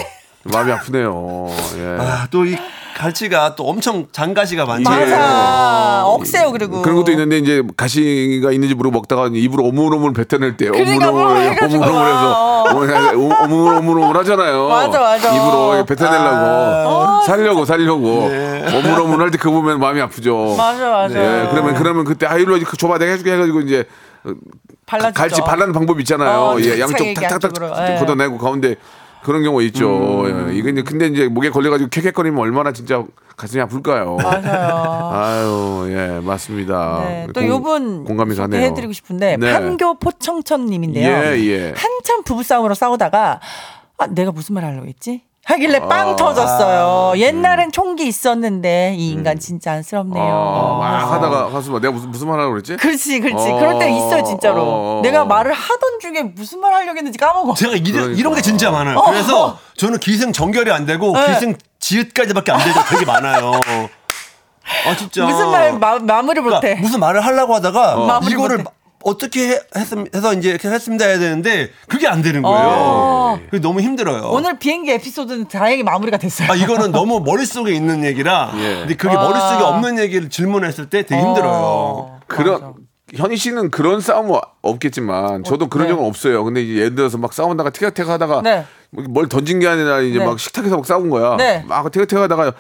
Speaker 1: 마음이 아프네요. 예.
Speaker 6: 아, 또 이 갈치가 또 엄청 장가시가 많죠.
Speaker 5: 맞아. 억세요 그리고.
Speaker 1: 예. 음. 그런 것도 있는데 이제 가시가 있는지 모르고 먹다가 입으로 오물오물 뱉어낼 때
Speaker 5: 그러니까 뭐
Speaker 1: 오물오물
Speaker 5: 해가지고
Speaker 1: 오물오물해서
Speaker 5: 와.
Speaker 1: 오물오물, 오물오물오물 하잖아요.
Speaker 5: 맞아, 아. 맞아.
Speaker 1: 입으로 이렇게 뱉어내려고 살려고 살려고 오물오물 할 때 그거 보면 마음이 아프죠.
Speaker 5: 맞아 맞아.
Speaker 1: 예, 그러면 그러면 그때 아이로 줘봐 내가 해줄게 해가지고 이제
Speaker 5: 발라주죠.
Speaker 1: 갈치 발라는 방법 있잖아요.
Speaker 5: 어,
Speaker 1: 예,
Speaker 5: 착착
Speaker 1: 양쪽
Speaker 5: 이렇게
Speaker 1: 탁탁탁
Speaker 5: 양쪽으로. 예. 음.
Speaker 1: 걷어내고 가운데 그런 경우 있죠. 예, 이거 이제 근데 이제 목에 걸려가지고 쾌쾌거리면 얼마나 진짜 가슴이 아플까요.
Speaker 5: 맞아요.
Speaker 1: 아유, 예, 맞습니다.
Speaker 5: 네, 또
Speaker 1: 공-
Speaker 5: 요분
Speaker 1: 공감이 가네요.
Speaker 5: 해드리고 싶은데
Speaker 1: 네.
Speaker 5: 판교 포청천님인데요.
Speaker 1: 예, 예.
Speaker 5: 한참 부부싸움으로 싸우다가 아, 내가 무슨 말 하려고 했지? 하길래
Speaker 1: 아.
Speaker 5: 빵 터졌어요.
Speaker 1: 음.
Speaker 5: 옛날엔 총기 있었는데 이 인간 진짜 안쓰럽네요.
Speaker 1: 아, 막 하다가 가슴아 내가 무슨 무슨 말하라고 그랬지?
Speaker 5: 그렇지, 그렇지.
Speaker 1: 어,
Speaker 5: 그럴 때 있어요, 진짜로.
Speaker 1: 어, 어,
Speaker 5: 내가
Speaker 1: 어.
Speaker 5: 말을 하던 중에 무슨 말 하려고 했는지 까먹어.
Speaker 6: 제가 이런,
Speaker 1: 그러니까.
Speaker 6: 이런 게 진짜 많아요. 그래서 저는 기승 정결이 안 되고
Speaker 5: 어. 네.
Speaker 6: 기승 지읒까지밖에 안 되죠. 되게 많아요. 아 진짜.
Speaker 5: 무슨 말 마, 마무리
Speaker 6: 그러니까
Speaker 5: 못해. 어.
Speaker 6: 무슨 말을 하려고 하다가
Speaker 5: 마무리
Speaker 6: 이거를
Speaker 5: 못해.
Speaker 6: 어떻게 해, 했음- 해서 이제 이렇게 했습니다 해야 되는데 그게 안 되는 거예요.
Speaker 5: 어.
Speaker 6: 그게 너무 힘들어요.
Speaker 5: 오늘 비행기 에피소드는 다행히 마무리가 됐어요.
Speaker 6: 아 이거는 너무 머릿속에 있는 얘기라
Speaker 1: 예.
Speaker 6: 근데 그게 머릿속에
Speaker 5: 아.
Speaker 6: 없는 얘기를 질문했을 때 되게 힘들어요.
Speaker 1: 그런 현희 씨는 그런 싸움 은 없겠지만 저도 그런
Speaker 5: 네.
Speaker 1: 적은 없어요. 근데 이제 예를 들어서 막 싸운다가 티격태격 하다가
Speaker 5: 네.
Speaker 1: 뭐뭘 던진 게 아니라 이제
Speaker 5: 네.
Speaker 1: 막 식탁에서 막 싸운 거야.
Speaker 5: 네.
Speaker 1: 막 티격태격 하다가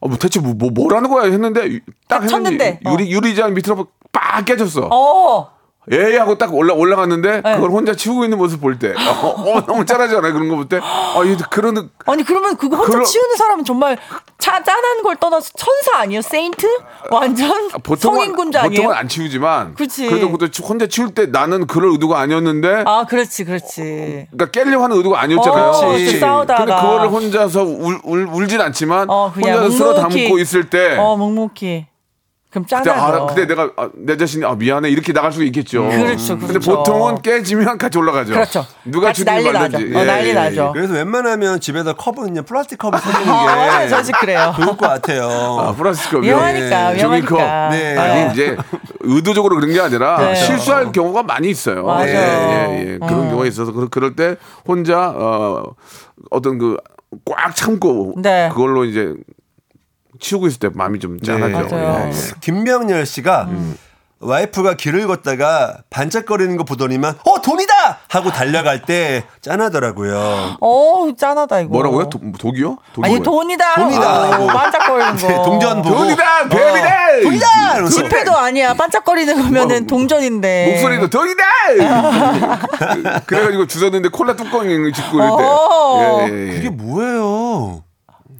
Speaker 1: 어, 뭐 대체 뭐, 뭐 뭐라는 거야 했는데 딱
Speaker 5: 쳤는데.
Speaker 1: 했는데 유리 유리잔 밑으로 빡 깨졌어.
Speaker 5: [LAUGHS] 어.
Speaker 1: 예 하고 딱 올라 올라갔는데
Speaker 5: 네.
Speaker 1: 그걸 혼자 치우고 있는 모습 볼
Speaker 5: [GASPS]
Speaker 1: 때, 어, 어, 너무 짠하지 않아요? 그런 거 볼 때, 아, 이 그런
Speaker 5: 아니 그러면 그거 혼자
Speaker 1: 그러-
Speaker 5: 치우는 사람은 정말 차, 짠한 걸 떠나서 천사 아니에요? 세인트? 완전
Speaker 1: 아, 보통은
Speaker 5: 성인군자 아니에요?
Speaker 1: 보통은 안 치우지만,
Speaker 5: 그치.
Speaker 1: 그래도 그때 치- 혼자 치울 때 나는 그럴 의도가 아니었는데,
Speaker 5: 아 그렇지 그렇지.
Speaker 1: 그러니까 깰려고 하는 의도가 아니었잖아요.
Speaker 5: 어, 그치. 그치. 싸우다가.
Speaker 1: 근데 그거를 혼자서 울, 울, 울진 않지만
Speaker 5: 어 그냥
Speaker 1: 혼자서 쓸어
Speaker 5: 묵묵히
Speaker 1: 담고 있을 때
Speaker 5: 어 묵묵히. 그럼
Speaker 1: 그때,
Speaker 5: 짠하죠.
Speaker 1: 아, 그때 내가 아, 내 자신이 아, 미안해 이렇게 나갈 수 있겠죠.
Speaker 5: 그렇죠,
Speaker 1: 근데
Speaker 5: 그렇죠.
Speaker 1: 보통은 깨지면 같이 올라가죠.
Speaker 5: 그렇죠.
Speaker 1: 누가
Speaker 5: 같이
Speaker 1: 주든
Speaker 5: 난리
Speaker 1: 말든지. 예,
Speaker 5: 나죠. 어, 난리 나죠.
Speaker 6: 그래서 웬만하면 집에서 컵은 그냥
Speaker 5: [LAUGHS]
Speaker 6: 플라스틱 컵을 쓰는 게
Speaker 5: 맞아요. 저 아직 그래요.
Speaker 6: 좋을 것 같아요.
Speaker 1: 아, 플라스틱
Speaker 5: 위험하니까
Speaker 1: 예.
Speaker 5: 위험하니까. 어.
Speaker 1: 종이컵.
Speaker 6: 네.
Speaker 1: 아니 이제 의도적으로 그런 게 아니라
Speaker 5: 네.
Speaker 1: 실수할 경우가 많이 있어요.
Speaker 5: 맞아요.
Speaker 1: 예, 예, 예. 그런
Speaker 5: 음.
Speaker 1: 경우가 있어서 그- 그럴 때 혼자 어, 어떤 그 꽉 참고
Speaker 5: 네.
Speaker 1: 그걸로 이제 치우고 있을 때 마음이 좀
Speaker 6: 네.
Speaker 1: 짠하죠.
Speaker 5: 맞아요.
Speaker 1: 예, 예.
Speaker 6: 김명열 씨가
Speaker 1: 음.
Speaker 6: 와이프가 길을 걷다가 반짝거리는 거 보더니만 어 돈이다 하고 달려갈 때
Speaker 5: [GASPS]
Speaker 6: 짠하더라고요.
Speaker 5: 어 짠하다 이거.
Speaker 1: 뭐라고요? 도, 독이요? 독이
Speaker 5: 아니
Speaker 1: 뭐예요?
Speaker 5: 돈이다.
Speaker 6: 돈이다.
Speaker 5: 아,
Speaker 1: [LAUGHS]
Speaker 5: 반짝거리는 거.
Speaker 6: 네, 동전 보고
Speaker 1: 돈이다, 뱀이다.
Speaker 6: 어, 돈이다 이러면서
Speaker 5: 지폐도 아니야. 반짝거리는 거면은
Speaker 1: 뭐,
Speaker 5: 동전인데.
Speaker 1: 목소리도 돈이다! [LAUGHS] 그래가지고 주웠는데 콜라 뚜껑 짚고 이럴
Speaker 5: 어.
Speaker 1: 때. 예, 예, 예.
Speaker 6: 이게 뭐예요?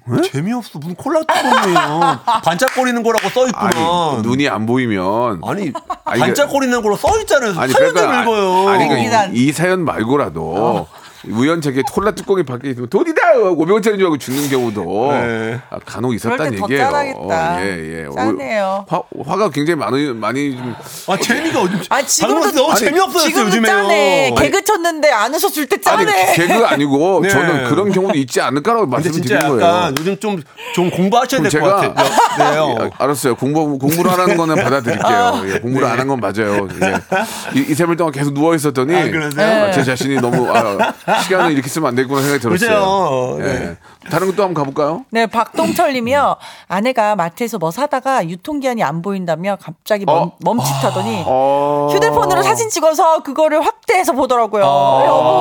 Speaker 1: 네?
Speaker 6: 재미없어 무슨 콜라 뚜껑이에요. 반짝거리는 거라고 써 있구나.
Speaker 1: 아니, 눈이 안 보이면. 아니,
Speaker 6: 아니,
Speaker 1: 그러니까-
Speaker 6: 반짝거리는 걸로 써 있잖아요.
Speaker 1: 아니, 그러니까
Speaker 6: 사연 좀 읽어요.
Speaker 1: 아니,
Speaker 5: 일단.
Speaker 1: 그러니까 이, 이 사연
Speaker 5: 어.
Speaker 1: 말고라도. 우연찮게 콜라 뚜껑이 밖에 있으면 돈이다! 하고 500원짜리인 줄 알고 죽는 경우도
Speaker 6: 네.
Speaker 1: 아, 간혹
Speaker 5: 그럴
Speaker 1: 있었단
Speaker 5: 때더
Speaker 1: 얘기예요.
Speaker 5: 짠하겠다.
Speaker 1: 예, 예.
Speaker 5: 짠해요.
Speaker 1: 화, 화가 굉장히 많이, 많이 좀
Speaker 6: 아 재미가 어디?
Speaker 5: 아, 지금도-
Speaker 6: 방금 너무
Speaker 5: 아니,
Speaker 6: 재미없어졌어요
Speaker 5: 지금도
Speaker 6: 요즘에요.
Speaker 5: 짠해. 개그 쳤는데 안 웃었을 때
Speaker 1: 아니,
Speaker 5: 짠해.
Speaker 1: 개그가 아니고
Speaker 6: [LAUGHS] 네.
Speaker 1: 저는 그런 경우도 있지 않을까라고
Speaker 6: 근데
Speaker 1: 말씀을
Speaker 6: 진짜
Speaker 1: 드리는
Speaker 6: 약간
Speaker 1: 거예요.
Speaker 6: 요즘 좀 좀 공부하셔야 될 것
Speaker 1: 제가-
Speaker 6: 같아요.
Speaker 1: 아, [LAUGHS]
Speaker 6: 네.
Speaker 1: 알았어요. 공부 공부를 하라는 거는
Speaker 5: [LAUGHS]
Speaker 1: 받아들일게요. 예,
Speaker 5: 네.
Speaker 1: 공부를 안 한 건 맞아요. 예. 이, 이세일 동안 계속 누워 있었더니
Speaker 6: 아, 그러세요?
Speaker 1: 아, 제 자신이 너무 아, 시간을 이렇게 쓰면 안 되겠구나 생각이 들었어요.
Speaker 6: 그죠? 네.
Speaker 1: 예. 다른 것도 한번 가볼까요?
Speaker 5: 네, 박동철 님이요. 아내가 마트에서 뭐 사다가 유통기한이 안 보인다며 갑자기 멈,
Speaker 1: 어.
Speaker 5: 멈칫하더니
Speaker 1: 어...
Speaker 5: 휴대폰으로 사진 찍어서 그거를 확대해서 보더라고요.
Speaker 6: 어.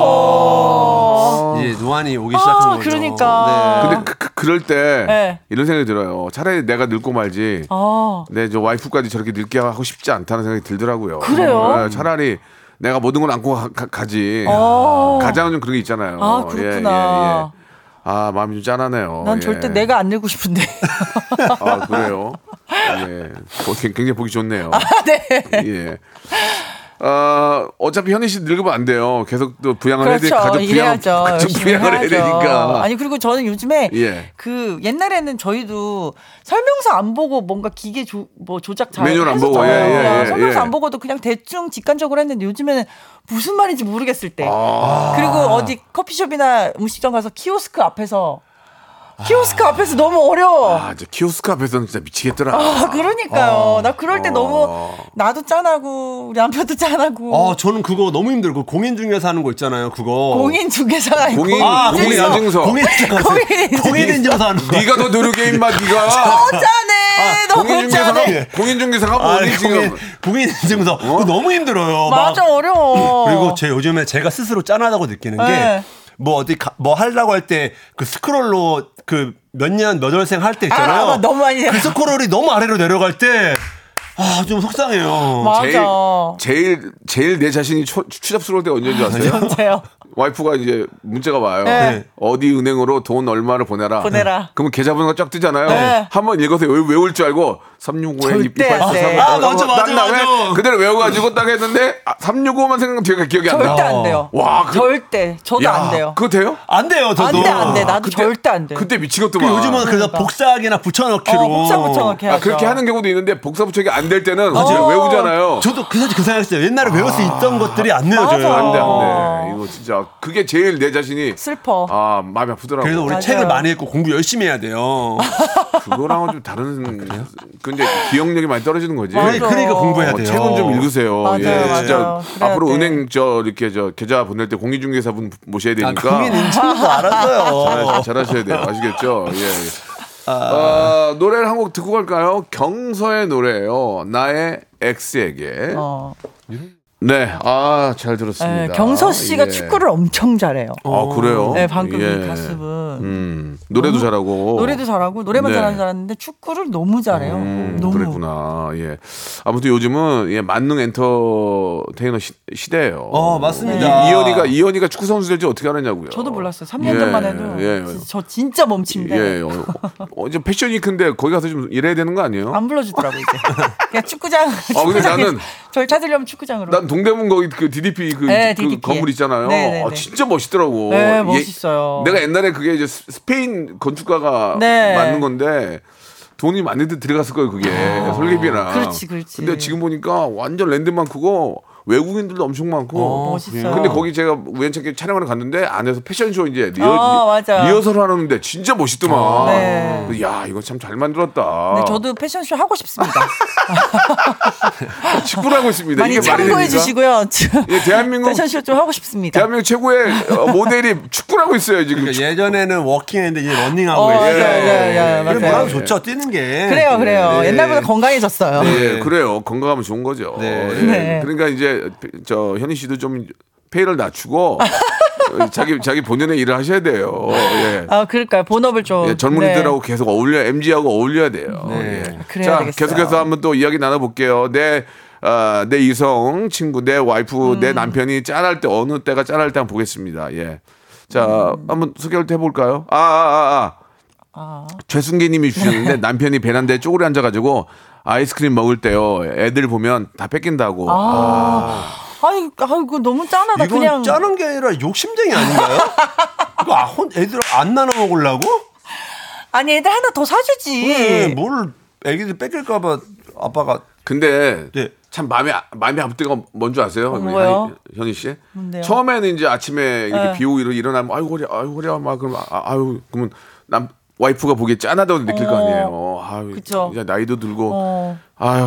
Speaker 5: 여보.
Speaker 1: 어.
Speaker 6: 이제 예, 노안이 오기 시작한 거죠.
Speaker 5: 아,
Speaker 6: 네.
Speaker 5: 그러니까.
Speaker 1: 근데 그, 럴때
Speaker 5: 네.
Speaker 1: 이런 생각이 들어요. 차라리 내가 늙고 말지.
Speaker 5: 어.
Speaker 1: 내 네, 저 와이프까지 저렇게 늙게 하고 싶지 않다는 생각이 들더라고요.
Speaker 5: 그래요?
Speaker 1: 예, 차라리 내가 모든 걸 안고 가, 가, 가지.
Speaker 5: 어.
Speaker 1: 가장은 좀 그런 게 있잖아요.
Speaker 5: 아, 그렇구나.
Speaker 1: 예, 예, 예. 아 마음이 좀 짠하네요.
Speaker 5: 난
Speaker 6: 어,
Speaker 1: 예.
Speaker 5: 절대 내가 안 늙고
Speaker 6: [LAUGHS]
Speaker 5: 싶은데.
Speaker 1: 아 그래요. 예. 보- 굉장히 보기 좋네요.
Speaker 5: 네.
Speaker 1: 예. 아 어차피 현희 씨 늙으면 안 돼요. 계속 또 부양을
Speaker 5: 그렇죠.
Speaker 1: 해야 돼. 아, 가족 부양,
Speaker 5: 이래야죠.
Speaker 1: 가족
Speaker 5: 열심히
Speaker 1: 부양을 해야
Speaker 5: 해야죠.
Speaker 1: 되니까.
Speaker 5: 아니 그리고 저는 요즘에
Speaker 1: 예.
Speaker 5: 그 옛날에는 저희도 설명서 안 보고 뭔가 기계 조, 뭐 조작 잘
Speaker 1: 메뉴를 안
Speaker 5: 해서
Speaker 1: 보고, 예, 예,
Speaker 5: 그냥
Speaker 1: 예,
Speaker 5: 설명서
Speaker 1: 예.
Speaker 5: 안 보고도 그냥 대충 직관적으로 했는데 요즘에는 무슨 말인지 모르겠을 때
Speaker 1: 아.
Speaker 5: 그리고 어디 커피숍이나 음식점 가서 키오스크 앞에서 키오스크 앞에서 너무 어려워.
Speaker 1: 아, 저 키오스크 앞에서는 진짜 미치겠더라.
Speaker 5: 아, 그러니까요. 나 그럴 때 너무
Speaker 1: 아.
Speaker 5: 나도 짠하고 우리 남편도 짠하고
Speaker 6: 어, 저는 그거 너무 힘들고 공인 중개사 하는 거 있잖아요. 그거.
Speaker 5: 공인 중개사가 아니고
Speaker 1: 공인-
Speaker 6: 아,
Speaker 1: 공인
Speaker 6: 공인
Speaker 1: 인증서.
Speaker 6: 공인
Speaker 5: [LAUGHS] 공인-
Speaker 6: 인증서. 공인 인증서 하는 거.
Speaker 1: 네가 더 노력해 임마
Speaker 5: [LAUGHS]
Speaker 1: 네가.
Speaker 5: 짠해 너무
Speaker 1: 아, 공인중개사가
Speaker 5: 짠해
Speaker 1: 공인중개사가
Speaker 6: 아,
Speaker 1: 뭐니
Speaker 6: 공인,
Speaker 1: 지금? 어?
Speaker 6: 공인 인증서. 그거 너무 힘들어요. 막
Speaker 5: 맞아 어려워 아,
Speaker 6: 그리고 제 요즘에 제가 스스로 짠하다고 느끼는
Speaker 5: 네.
Speaker 6: 게 뭐 어디 가, 뭐 하려고 할 때 그 스크롤로 그 몇 년 몇 월생 할 때
Speaker 5: 아,
Speaker 6: 있잖아요.
Speaker 5: 나 너무 많이
Speaker 6: 그 스크롤이 너무 아래로 내려갈 때 아, 좀 속상해요.
Speaker 5: 맞아
Speaker 1: 제일 제일 내 자신이 추, 추잡스러울 때 언제인지 아세요?
Speaker 5: 언제요
Speaker 1: 와이프가 이제 문자가 와요.
Speaker 5: 네.
Speaker 1: 어디 은행으로 돈 얼마를 보내라.
Speaker 5: 보내라.
Speaker 1: 네. 그러면 계좌번호가 쫙 뜨잖아요.
Speaker 5: 네.
Speaker 1: 한번 읽어서 외- 외울 줄 알고 365에
Speaker 5: 절대 안 돼.
Speaker 1: 2843.
Speaker 6: 아, 맞아, 맞아, 맞아.
Speaker 1: 그대로 외워가지고 딱 했는데 아, 365만 생각 뒤가 기억이 안 나.
Speaker 5: 절대 안 돼요
Speaker 1: 와, 그-
Speaker 5: 절대 저도
Speaker 1: 야,
Speaker 5: 안 돼요 네.
Speaker 1: 그거 돼요?
Speaker 6: 안 돼요, 저도.
Speaker 5: 안 돼 안 돼 나도
Speaker 1: 그때-
Speaker 5: 절대 안 돼요
Speaker 1: 그때 미치겠더만.
Speaker 6: 그 요즘은 그래서 복사하기나 붙여넣기로.
Speaker 5: 어, 복사 붙여넣기
Speaker 1: 아,
Speaker 5: 해야죠
Speaker 1: 그렇게 하는 경우도 있는데 복사 부착이 안 될 때는
Speaker 5: 맞아요.
Speaker 1: 그냥 외우잖아요.
Speaker 6: 저도 그 사실 그 생각했어요. 옛날에 외울 수 있던 것들이 안 외워져요.
Speaker 5: 아, 맞아.
Speaker 1: 안 돼,
Speaker 5: 어.
Speaker 1: 안 돼. 네, 이거 진짜 그게 제일 내 자신이
Speaker 5: 슬퍼
Speaker 1: 아 마음이 아프더라고.
Speaker 6: 그래서 우리
Speaker 5: 맞아요.
Speaker 6: 책을 많이 읽고 공부 열심히 해야 돼요.
Speaker 1: 그거랑은 좀 다른. 근데 기억력이 많이 떨어지는 거지.
Speaker 5: 맞아.
Speaker 1: 어,
Speaker 6: 그러니까 공부해야 돼요.
Speaker 1: 책은 좀 읽으세요. 예,
Speaker 5: 맞아요, 맞아요.
Speaker 1: 진짜
Speaker 5: 그래야
Speaker 1: 앞으로
Speaker 5: 돼.
Speaker 1: 은행 저 이렇게 저 계좌 보낼 때 공인중개사분 모셔야
Speaker 6: 아,
Speaker 1: 되니까 아,
Speaker 6: 공인
Speaker 1: [LAUGHS]
Speaker 6: 인증도 알았어요.
Speaker 1: 잘, 잘하셔야 돼요. 아시겠죠? 예. 예. 아, 노래를 한 곡 듣고 갈까요? 경서의 노래예요. 나의 엑스에게.
Speaker 5: 어.
Speaker 1: 네, 아, 잘 들었습니다.
Speaker 5: 네, 경서 씨가
Speaker 1: 예.
Speaker 5: 축구를 엄청 잘해요.
Speaker 1: 아, 그래요?
Speaker 5: 네, 방금
Speaker 1: 예.
Speaker 5: 이 가수분.
Speaker 1: 음, 노래도 잘하고.
Speaker 5: 노래도 잘하고 노래만
Speaker 1: 네.
Speaker 5: 잘하는 줄 알았는데 축구를 너무 잘해요.
Speaker 1: 음,
Speaker 5: 너무.
Speaker 1: 그랬구나. 예. 아무튼 요즘은 예, 만능 엔터테이너 시, 시대예요.
Speaker 6: 어, 맞습니다.
Speaker 1: 이, 연이가 이현이가 축구 선수 될지 어떻게 알았냐고요.
Speaker 5: 저도 몰랐어요. 네. 3년 전만 해도
Speaker 1: 예.
Speaker 5: 지- 저 진짜 멈춘데
Speaker 1: 예. 어, 어, 이제 패션 위크인데 거기 가서 좀 일해야 되는 거 아니에요?
Speaker 5: 안
Speaker 1: [LAUGHS]
Speaker 5: 불러주더라고 이제. 그냥 축구장.
Speaker 1: 어? 아, 근데
Speaker 5: 축구장에
Speaker 1: 나는-
Speaker 5: 저를 찾으려면 축구장으로.
Speaker 1: 난 동대문 거기 그 DDP 그,
Speaker 5: 네,
Speaker 1: 그
Speaker 5: DDP.
Speaker 1: 건물 있잖아요.
Speaker 5: 네, 네,
Speaker 1: 아,
Speaker 5: 네.
Speaker 1: 진짜 멋있더라고.
Speaker 5: 네,
Speaker 1: 예,
Speaker 5: 멋있어요.
Speaker 1: 내가 옛날에 그게 이제 스- 스페인 건축가가
Speaker 5: 네.
Speaker 1: 만든 건데 돈이 많이 들- 들어갔을 거예요, 그게. 설계비랑.
Speaker 5: 아, 그렇지, 그렇지.
Speaker 1: 근데 지금 보니까 완전 랜드만 크고 외국인들도 엄청 많고.
Speaker 5: 멋있어요.
Speaker 1: 근데 거기 제가 우연찮게 촬영하러 갔는데 안에서 패션쇼 이제 리허,
Speaker 5: 어, 맞아.
Speaker 1: 설 하는데 진짜 멋있더만.
Speaker 5: 네.
Speaker 1: 야, 이거 참 잘 만들었다.
Speaker 5: 네, 저도 패션쇼 하고 싶습니다.
Speaker 1: [LAUGHS] 직분하고 있습니다.
Speaker 5: 많이
Speaker 1: 이게 말이
Speaker 5: 참고해
Speaker 1: 됩니까?
Speaker 5: 주시고요. [LAUGHS] 저-
Speaker 1: 예,
Speaker 5: [LAUGHS]
Speaker 1: 대한민국
Speaker 5: 패션쇼 좀 하고 싶습니다.
Speaker 1: 대한민국 최고의 어, 모델이 축구를 하고 있어요 지금.
Speaker 6: 그러니까 예전에는 워킹했는데 이제 러닝하고
Speaker 5: 어,
Speaker 6: 있어요.
Speaker 5: 맞아요, 맞아요,
Speaker 6: 그게
Speaker 5: 맞아요.
Speaker 6: 뭐라도 좋죠 뛰는 게.
Speaker 5: 그래요, 그래요.
Speaker 6: 네.
Speaker 5: 옛날보다 건강해졌어요.
Speaker 1: 예, 그래요. 건강하면 좋은 거죠.
Speaker 6: 네.
Speaker 1: 예,
Speaker 5: 네.
Speaker 1: 그러니까 이제 저 현희 씨도 좀 페이를
Speaker 5: [LAUGHS]
Speaker 1: 낮추고 어, 자기 자기 본연의 일을 하셔야 돼요. 예.
Speaker 5: 아, 그럴까요? 본업을 좀. 네.
Speaker 1: 예, 젊은이들하고 계속 어울려 MG하고 어울려야 돼요.
Speaker 6: 네.
Speaker 1: 예.
Speaker 5: 그래야
Speaker 1: 자,
Speaker 5: 되겠어요.
Speaker 1: 계속해서 한번 또 이야기 나눠볼게요. 내 아, 내 이성 친구, 내 와이프,
Speaker 5: 음.
Speaker 1: 내 남편이 짠할 때 어느 때가 짠할 때 한번 보겠습니다. 예. 자,
Speaker 5: 음.
Speaker 1: 한번 소개를 해볼까요? 아, 아, 아, 아.
Speaker 5: [LAUGHS]
Speaker 1: 최순기님이 주셨는데 남편이 베란다에 쪼그려 앉아가지고 아이스크림 먹을 때요. 애들 보면 다 뺏긴다고.
Speaker 5: 아.
Speaker 1: 아.
Speaker 5: 네. 아니, 아이고, 너무 짠하다.
Speaker 6: 이건
Speaker 5: 그냥.
Speaker 6: 짜는 게 아니라 욕심쟁이
Speaker 5: [LAUGHS]
Speaker 6: 아닌가요? 이거 아, 혼- 애들 안 나눠 먹으려고?
Speaker 5: 아니, 애들 하나 더 사주지.
Speaker 6: 네.
Speaker 1: 뭐.
Speaker 6: 뭘 애기들 뺏길까봐 아빠가
Speaker 1: 근데
Speaker 6: 네.
Speaker 1: 참 마음이 아- 마음이 아플 때가 뭔지 아세요? 우리
Speaker 5: 뭐요?
Speaker 1: 현희, 현희 씨.
Speaker 5: 뭔데요? 네.
Speaker 1: 처음에는 이제 아침에 이렇게 비 오고 이러- 일어나면 아유 허리 아유 허리야 막 그럼 아, 아유 그러면 남 와이프가 보기에 짠하다고 느낄 거 아니에요. 아유
Speaker 5: 어. 그쵸.
Speaker 1: 이제 나이도 들고
Speaker 5: 어.
Speaker 1: 아유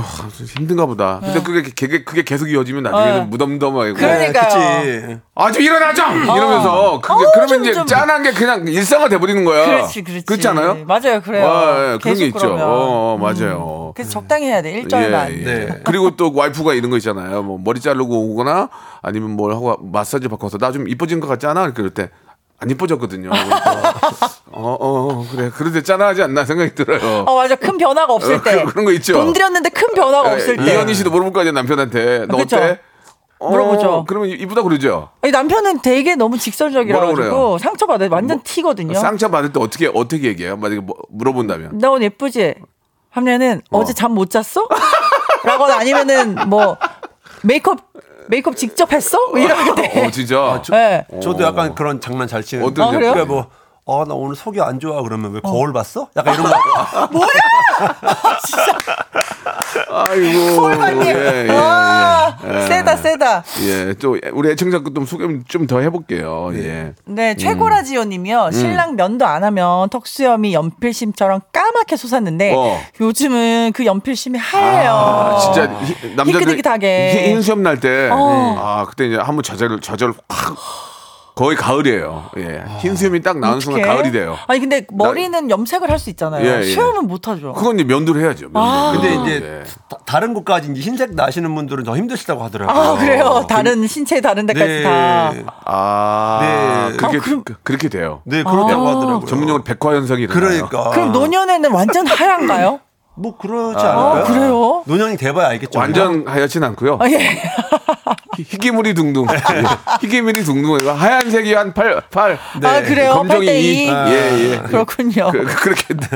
Speaker 1: 힘든가 보다. 근데 그게 그게, 그게 계속 이어지면 나중에는
Speaker 5: 네. 무덤덤하고.
Speaker 1: 무덤덤하고
Speaker 5: 그러니까요.
Speaker 6: 그치.
Speaker 1: 아좀 일어나자 이러면서 그게,
Speaker 5: 어우,
Speaker 1: 그러면
Speaker 5: 좀,
Speaker 1: 이제
Speaker 5: 좀.
Speaker 1: 짠한 게 그냥 일상화 돼 버리는 거야.
Speaker 5: 그렇지, 그렇지.
Speaker 1: 그렇지 않아요?
Speaker 5: 맞아요, 그래요.
Speaker 1: 아, 예, 그런 게
Speaker 5: 계속
Speaker 1: 있죠.
Speaker 5: 그러면. 음.
Speaker 1: 어, 어, 맞아요.
Speaker 5: 그래서 적당히 해야 돼. 일절만
Speaker 1: 예, 예.
Speaker 6: 네.
Speaker 1: 그리고 또 와이프가 이런 거 있잖아요. 뭐 머리 자르고 오거나 아니면 뭘 하고 마사지 받고서 나 좀 이뻐진 것 같지 않아? 그럴 때 안 이뻐졌거든요. 어어 어, 그래 그런데 짠하지 않나 생각이 들어요.
Speaker 5: 어, 맞아. 큰 변화가 없을
Speaker 1: [LAUGHS]
Speaker 5: 때.
Speaker 1: 그런- 그런 거 있죠. 예,
Speaker 5: 돈 들였는데 큰 변화가 없을 때.
Speaker 1: 이현희 씨도 물어볼 거 아니야 남편한테 너
Speaker 5: 그쵸.
Speaker 1: 어때? 어,
Speaker 5: 물어보죠.
Speaker 1: 그러면 이쁘다 그러죠.
Speaker 5: 아니, 남편은 되게 너무 직설적이라
Speaker 1: 뭐라 그래요? 뭐,
Speaker 5: 가지고 상처받아요. 완전 티거든요.
Speaker 1: 상처 받을 때 어떻게 어떻게 얘기해요? 만약에 뭐- 물어본다면
Speaker 5: 나 오늘 예쁘지? 하면은 어. 제 잠 못 잤어? [LAUGHS] 라거나 아니면은 뭐 메이크업 메이크업 직접 했어?
Speaker 1: [LAUGHS]
Speaker 5: 뭐 이러는데.
Speaker 1: 어 진짜
Speaker 5: 네.
Speaker 6: 저도 약간 그런 장난 잘 치는.
Speaker 1: 어떤
Speaker 5: 아, 그래요?
Speaker 6: 그러니까 뭐. 아, 나 오늘 속이 안 좋아. 그러면 왜 거울 봤어? 약간 이런 거.
Speaker 1: 아, 아이고 예, 예, 예.
Speaker 5: 아, 세다 세다.
Speaker 1: 예, 또 우리 애청자 것좀 소개 좀 더 해볼게요. 예.
Speaker 5: 네,
Speaker 1: 음.
Speaker 5: 최고라지오님이요. 신랑 면도 안 하면 턱수염이 연필심처럼 까맣게 솟았는데
Speaker 1: 어.
Speaker 5: 요즘은 그 연필심이 하얘요.
Speaker 1: 아, 진짜 희- 남자들
Speaker 5: 희끗희끗하게.
Speaker 1: 희- 흰 수염 날 때,
Speaker 5: 어.
Speaker 1: 아 그때 이제 한번 좌절 좌절 확 거의 가을이에요. 예,
Speaker 6: 아.
Speaker 1: 흰 수염이 딱 나는 순간
Speaker 5: 어떡해?
Speaker 1: 가을이 돼요.
Speaker 5: 아니 근데 머리는 염색을 할 수 있잖아요.
Speaker 1: 예, 예.
Speaker 5: 수염은 못 하죠.
Speaker 1: 그건 이제 면도를 해야죠. 면도.
Speaker 5: 아.
Speaker 6: 근데
Speaker 1: 면도.
Speaker 6: 이제
Speaker 1: 예.
Speaker 6: 다- 다른 곳까지 이제 흰색 나시는 분들은 더 힘드시다고 하더라고요.
Speaker 1: 어,
Speaker 5: 아 그래요. 다른 신체 다른 데까지
Speaker 6: 네.
Speaker 5: 다.
Speaker 1: 아,
Speaker 6: 네.
Speaker 1: 그게
Speaker 5: 아, 그럼-
Speaker 1: 그, 렇게 돼요.
Speaker 6: 네, 그렇다고 하더라고요.
Speaker 1: 전문용어로 백화 현상이 일어나요.
Speaker 6: 그러니까.
Speaker 5: 아.
Speaker 1: 아.
Speaker 5: 그럼 노년에는 완전 하얀가요? 어,
Speaker 6: 뭐 그러지 않을까요?
Speaker 5: 그래요?
Speaker 6: 노년이 돼봐야 알겠죠.
Speaker 1: 아. 완전 하얗진 않고요.
Speaker 5: 아, 예.
Speaker 1: 희- 희귀물이
Speaker 6: [LAUGHS]
Speaker 1: 둥둥.
Speaker 6: 네.
Speaker 1: 예. 희귀물이 둥둥. 하얀색이 한 팔, 팔.
Speaker 5: 아, 그래요?
Speaker 1: 네. 검정이
Speaker 5: 팔대 이. 아,
Speaker 1: 이. 예, [LAUGHS] 예.
Speaker 5: 그렇군요.
Speaker 1: 그, 그렇게
Speaker 6: 네.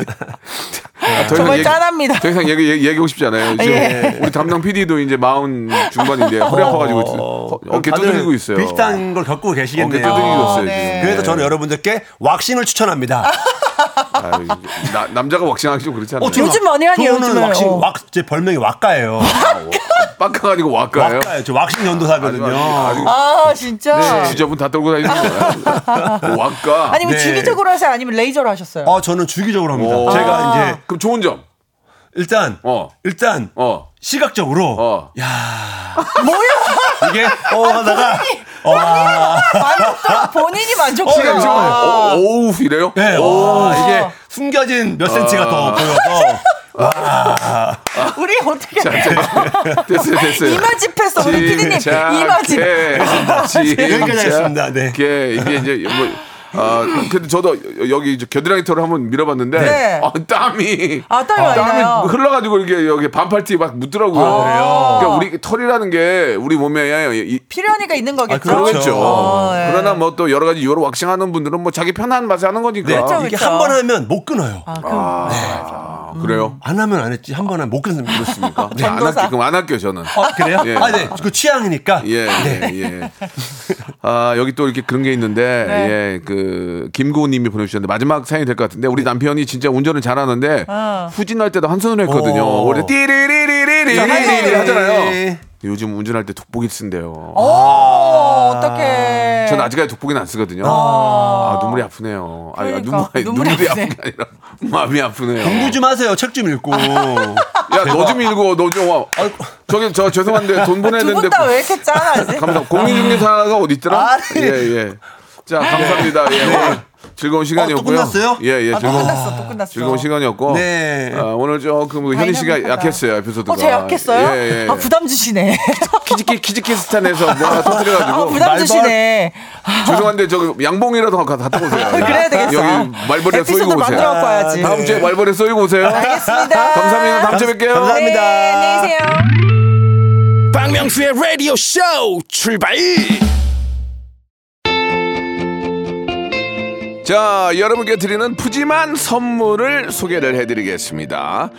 Speaker 1: 아, 더 이상
Speaker 5: 정말
Speaker 1: 얘기-
Speaker 5: 짠합니다.
Speaker 1: 더 이상 얘기, 얘기, 얘기하고 싶지 않아요. 지금
Speaker 5: 예.
Speaker 1: 우리 담당 PD도 이제 마흔 중반인데 허리 아파가지고 어, 어깨
Speaker 6: 다들
Speaker 1: 두드리고 있어요.
Speaker 6: 비슷한 걸 겪고
Speaker 1: 어깨
Speaker 6: 계시겠네요.
Speaker 1: 두드리고 있어요.
Speaker 5: 네.
Speaker 1: 지금.
Speaker 6: 그래서
Speaker 1: 예.
Speaker 6: 저는 여러분들께 왁싱을
Speaker 5: 아,
Speaker 6: 추천합니다. 어,
Speaker 1: 아유, 나- 남자가 왁싱하기 좀 그렇지 않아요?
Speaker 5: 저- 요즘 많이 하네요,
Speaker 6: 저는
Speaker 5: 요즘은.
Speaker 6: 왁싱,
Speaker 5: 어.
Speaker 6: 왁, 제 별명이 왁가예요.
Speaker 1: 빡가 아니고 왁가예요?
Speaker 6: 왁가예요. 저 왁싱
Speaker 1: 아주-
Speaker 6: 연도사거든요.
Speaker 1: 아주-
Speaker 5: 아 진짜.
Speaker 1: 아주 지저분 다 떨고 다니는 거야. 왁가.
Speaker 5: 아니면
Speaker 6: 네.
Speaker 5: 주기적으로 하세요? 아니면 레이저로 하셨어요?
Speaker 6: 아, 저는 주기적으로 합니다.
Speaker 1: 오.
Speaker 6: 제가 이제
Speaker 1: 그럼 좋은 점.
Speaker 6: 일단
Speaker 1: 어.
Speaker 6: 일단
Speaker 1: 어.
Speaker 6: 시각적으로
Speaker 1: 어.
Speaker 6: 이게 어 하다가
Speaker 1: [LAUGHS]
Speaker 5: 만족 본인이 아, 만족스러워.
Speaker 1: 지금 네, 어, 오우 아. 이래요?
Speaker 6: 네,
Speaker 1: 오.
Speaker 6: 와, 이게 숨겨진 몇 센치가 더 보여서
Speaker 5: 우리 어떻게
Speaker 1: 됐어요, 네. 됐어요.
Speaker 5: 이마 집했어 우리 피디님 이마 집.
Speaker 1: 여기까지
Speaker 6: [LAUGHS] 여기까지 하겠습니다. 네.
Speaker 1: 이게 이게 이제 뭐. 아, 근데 저도 여기 이제 겨드랑이 털을 한번 밀어봤는데
Speaker 5: 네.
Speaker 1: 아, 땀이
Speaker 5: 아, 땀이 많이 나요.
Speaker 1: 흘러가지고 이게 여기 반팔티 막 묻더라고요.
Speaker 6: 아,
Speaker 5: 그래요?
Speaker 1: 그러니까 우리 털이라는 게 우리 몸에 이-
Speaker 5: 필요하니까 있는 거겠죠.
Speaker 1: 아, 그러겠죠.
Speaker 5: 어, 예.
Speaker 1: 그렇죠. 그러나 뭐 또 여러 가지 이유로 왁싱하는 분들은 뭐 자기 편한 맛에 하는
Speaker 6: 네,
Speaker 1: 거니까.
Speaker 5: 그렇죠.
Speaker 6: 이게 한 번 하면 못 끊어요.
Speaker 5: 아, 그럼
Speaker 1: 아,
Speaker 5: 음.
Speaker 1: 그래요?
Speaker 6: 안 하면 안 했지 한 번 하면 못 끊으면 그렇습니까?
Speaker 1: [LAUGHS] 네, 안 할게. 그럼 안 할게요,
Speaker 5: 어,
Speaker 1: 저는.
Speaker 6: 아, 그래요?
Speaker 1: 예.
Speaker 6: 아, 네. 그 취향이니까.
Speaker 5: [LAUGHS]
Speaker 1: 예,
Speaker 5: 네.
Speaker 1: 예, 예. 아, 여기 또 이렇게 그런 게 있는데,
Speaker 5: 네.
Speaker 1: 예, 그, 김고은 님이 보내주셨는데, 마지막 사연이 될 것 같은데, 우리 남편이 진짜 운전을 잘하는데,
Speaker 5: 네. 어.
Speaker 1: 후진할 때도 한 손으로 했거든요.
Speaker 6: 어.
Speaker 1: 원래 띠리리리리리리
Speaker 6: 띠리리리리.
Speaker 1: 하잖아요. 요즘 운전할 때 돋보기 쓴대요.
Speaker 5: 어, 어떡해.
Speaker 1: 아, 전 아직까지 돋보기는 안 쓰거든요. 아, 눈물이 아프네요. 아니,
Speaker 5: 어. 그러니까,
Speaker 1: 눈물이,
Speaker 5: 눈물이
Speaker 1: 눈물이
Speaker 5: 아프네.
Speaker 1: 아픈 게 아니라, 마음이 아프네요.
Speaker 6: 공부 좀 하세요. 책 좀 읽고.
Speaker 1: 야, 너 좀 읽어, 너 좀 와. 저기, 저 죄송한데, 돈
Speaker 5: 두
Speaker 1: 보내는데. 뭐
Speaker 5: 분 다 왜 이렇게 짠하지?
Speaker 1: [LAUGHS] 감사합니다. 공인중개사가 어디 있더라?
Speaker 6: 아, 네.
Speaker 1: 예, 예. 자, 감사합니다. 예. 오늘 즐거운 시간이었고요.
Speaker 6: 끝났어요?
Speaker 1: 예, 예.
Speaker 5: 아, 또
Speaker 1: 즐거운,
Speaker 5: 끝났어, 또 끝났어.
Speaker 1: 즐거운 시간이었고.
Speaker 6: 네.
Speaker 1: 아, 오늘 조금 뭐 현희 씨가
Speaker 5: 다이나믹하다.
Speaker 1: 약했어요, 에피소드가.
Speaker 5: 어, 제가 약했어요?
Speaker 1: 예, 예.
Speaker 5: 아, 부담 주시네.
Speaker 1: 키즈키, 키즈키스탄에서 뭐 하나
Speaker 5: 아,
Speaker 1: 터뜨려가지고.
Speaker 5: 부담 주시네.
Speaker 1: 죄송한데, 저 양봉이라도 가서 갔다 오세요.
Speaker 5: [LAUGHS] 그래야 되겠어.
Speaker 1: 아, 여기 말벌에
Speaker 5: 에피소드
Speaker 1: 쏘이고
Speaker 5: 만들어
Speaker 1: 오세요. 아,
Speaker 5: 갖고 와야지.
Speaker 1: 다음 주에 말벌에 쏘이고 오세요.
Speaker 5: 알겠습니다.
Speaker 1: 감사합니다. 다음 주에 뵐게요.
Speaker 5: 네, 안녕히 계세요.
Speaker 2: 박명수의 라디오 쇼 출발
Speaker 1: 자, 여러분께 드리는 푸짐한 선물을 소개를 해드리겠습니다.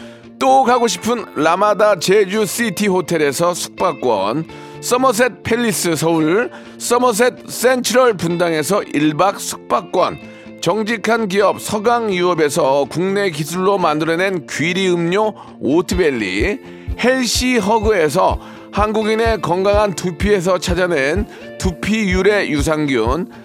Speaker 1: 또 가고 싶은 라마다 제주 시티 호텔에서 숙박권, 서머셋 팰리스 서울, 서머셋 센트럴 분당에서 1박 숙박권, 정직한 기업 서강유업에서 국내 기술로 만들어낸 귀리 음료 오트밸리, 헬시 허그에서 한국인의 건강한 두피에서 찾아낸 두피 유래 유산균,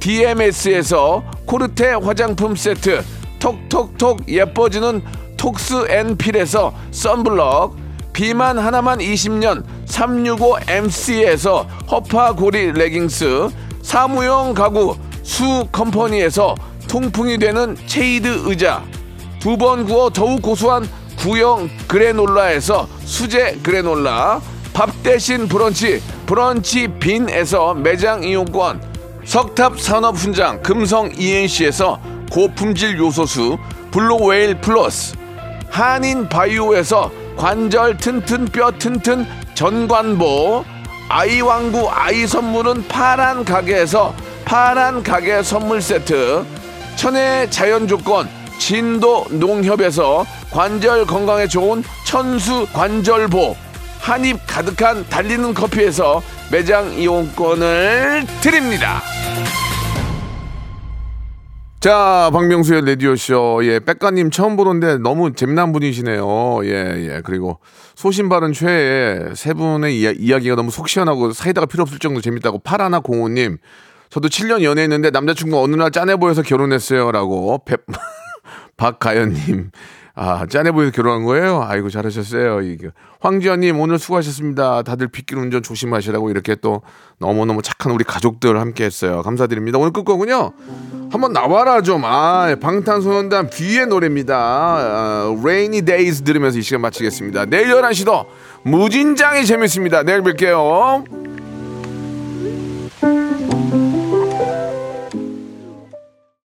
Speaker 1: DMS에서 코르테 화장품 세트 톡톡톡 예뻐지는 톡스 앤 필에서 썬블럭 비만 하나만 20년 365MC에서 허파고리 레깅스 사무용 가구 수 컴퍼니에서 통풍이 되는 체이드 의자 두 번 구워 더욱 고소한 구형 그래놀라에서 수제 그래놀라 밥 대신 브런치 브런치 빈에서 매장 이용권 석탑 산업훈장 금성 ENC에서 고품질 요소수 블루웨일 플러스 한인 바이오에서 관절 튼튼 뼈 튼튼 전관보 아이왕구 아이 선물은 파란 가게에서 파란 가게 선물 세트 천혜의 자연 조건 진도 농협에서 관절 건강에 좋은 천수 관절보 한입 가득한 달리는 커피에서 매장 이용권을 드립니다. 자, 박명수의 라디오쇼. 예, 백가님 처음 보는데 너무 재미난 분이시네요. 예, 예. 그리고 소신바른 최애 세 분의 이야, 이야기가 너무 속 시원하고 사이다가 필요 없을 정도로 재밌다고 파라나 공호님. 저도 7년 연애했는데 남자친구가 어느 날 짠해 보여서 결혼했어요. 라고 백- 박가연님. 아, 짠해 보여서 결혼한 거예요? 아이고, 잘하셨어요. 이게. 황지연님, 오늘 수고하셨습니다. 다들 빗길 운전 조심하시라고 이렇게 또 너무너무 착한 우리 가족들 함께 했어요. 감사드립니다. 오늘 끝거군요. 한번 나와라 좀. 아, 방탄소년단 뷔의 노래입니다. 아, Rainy Days 들으면서 이 시간 마치겠습니다. 내일 11시도 무진장이 재밌습니다. 내일 뵐게요.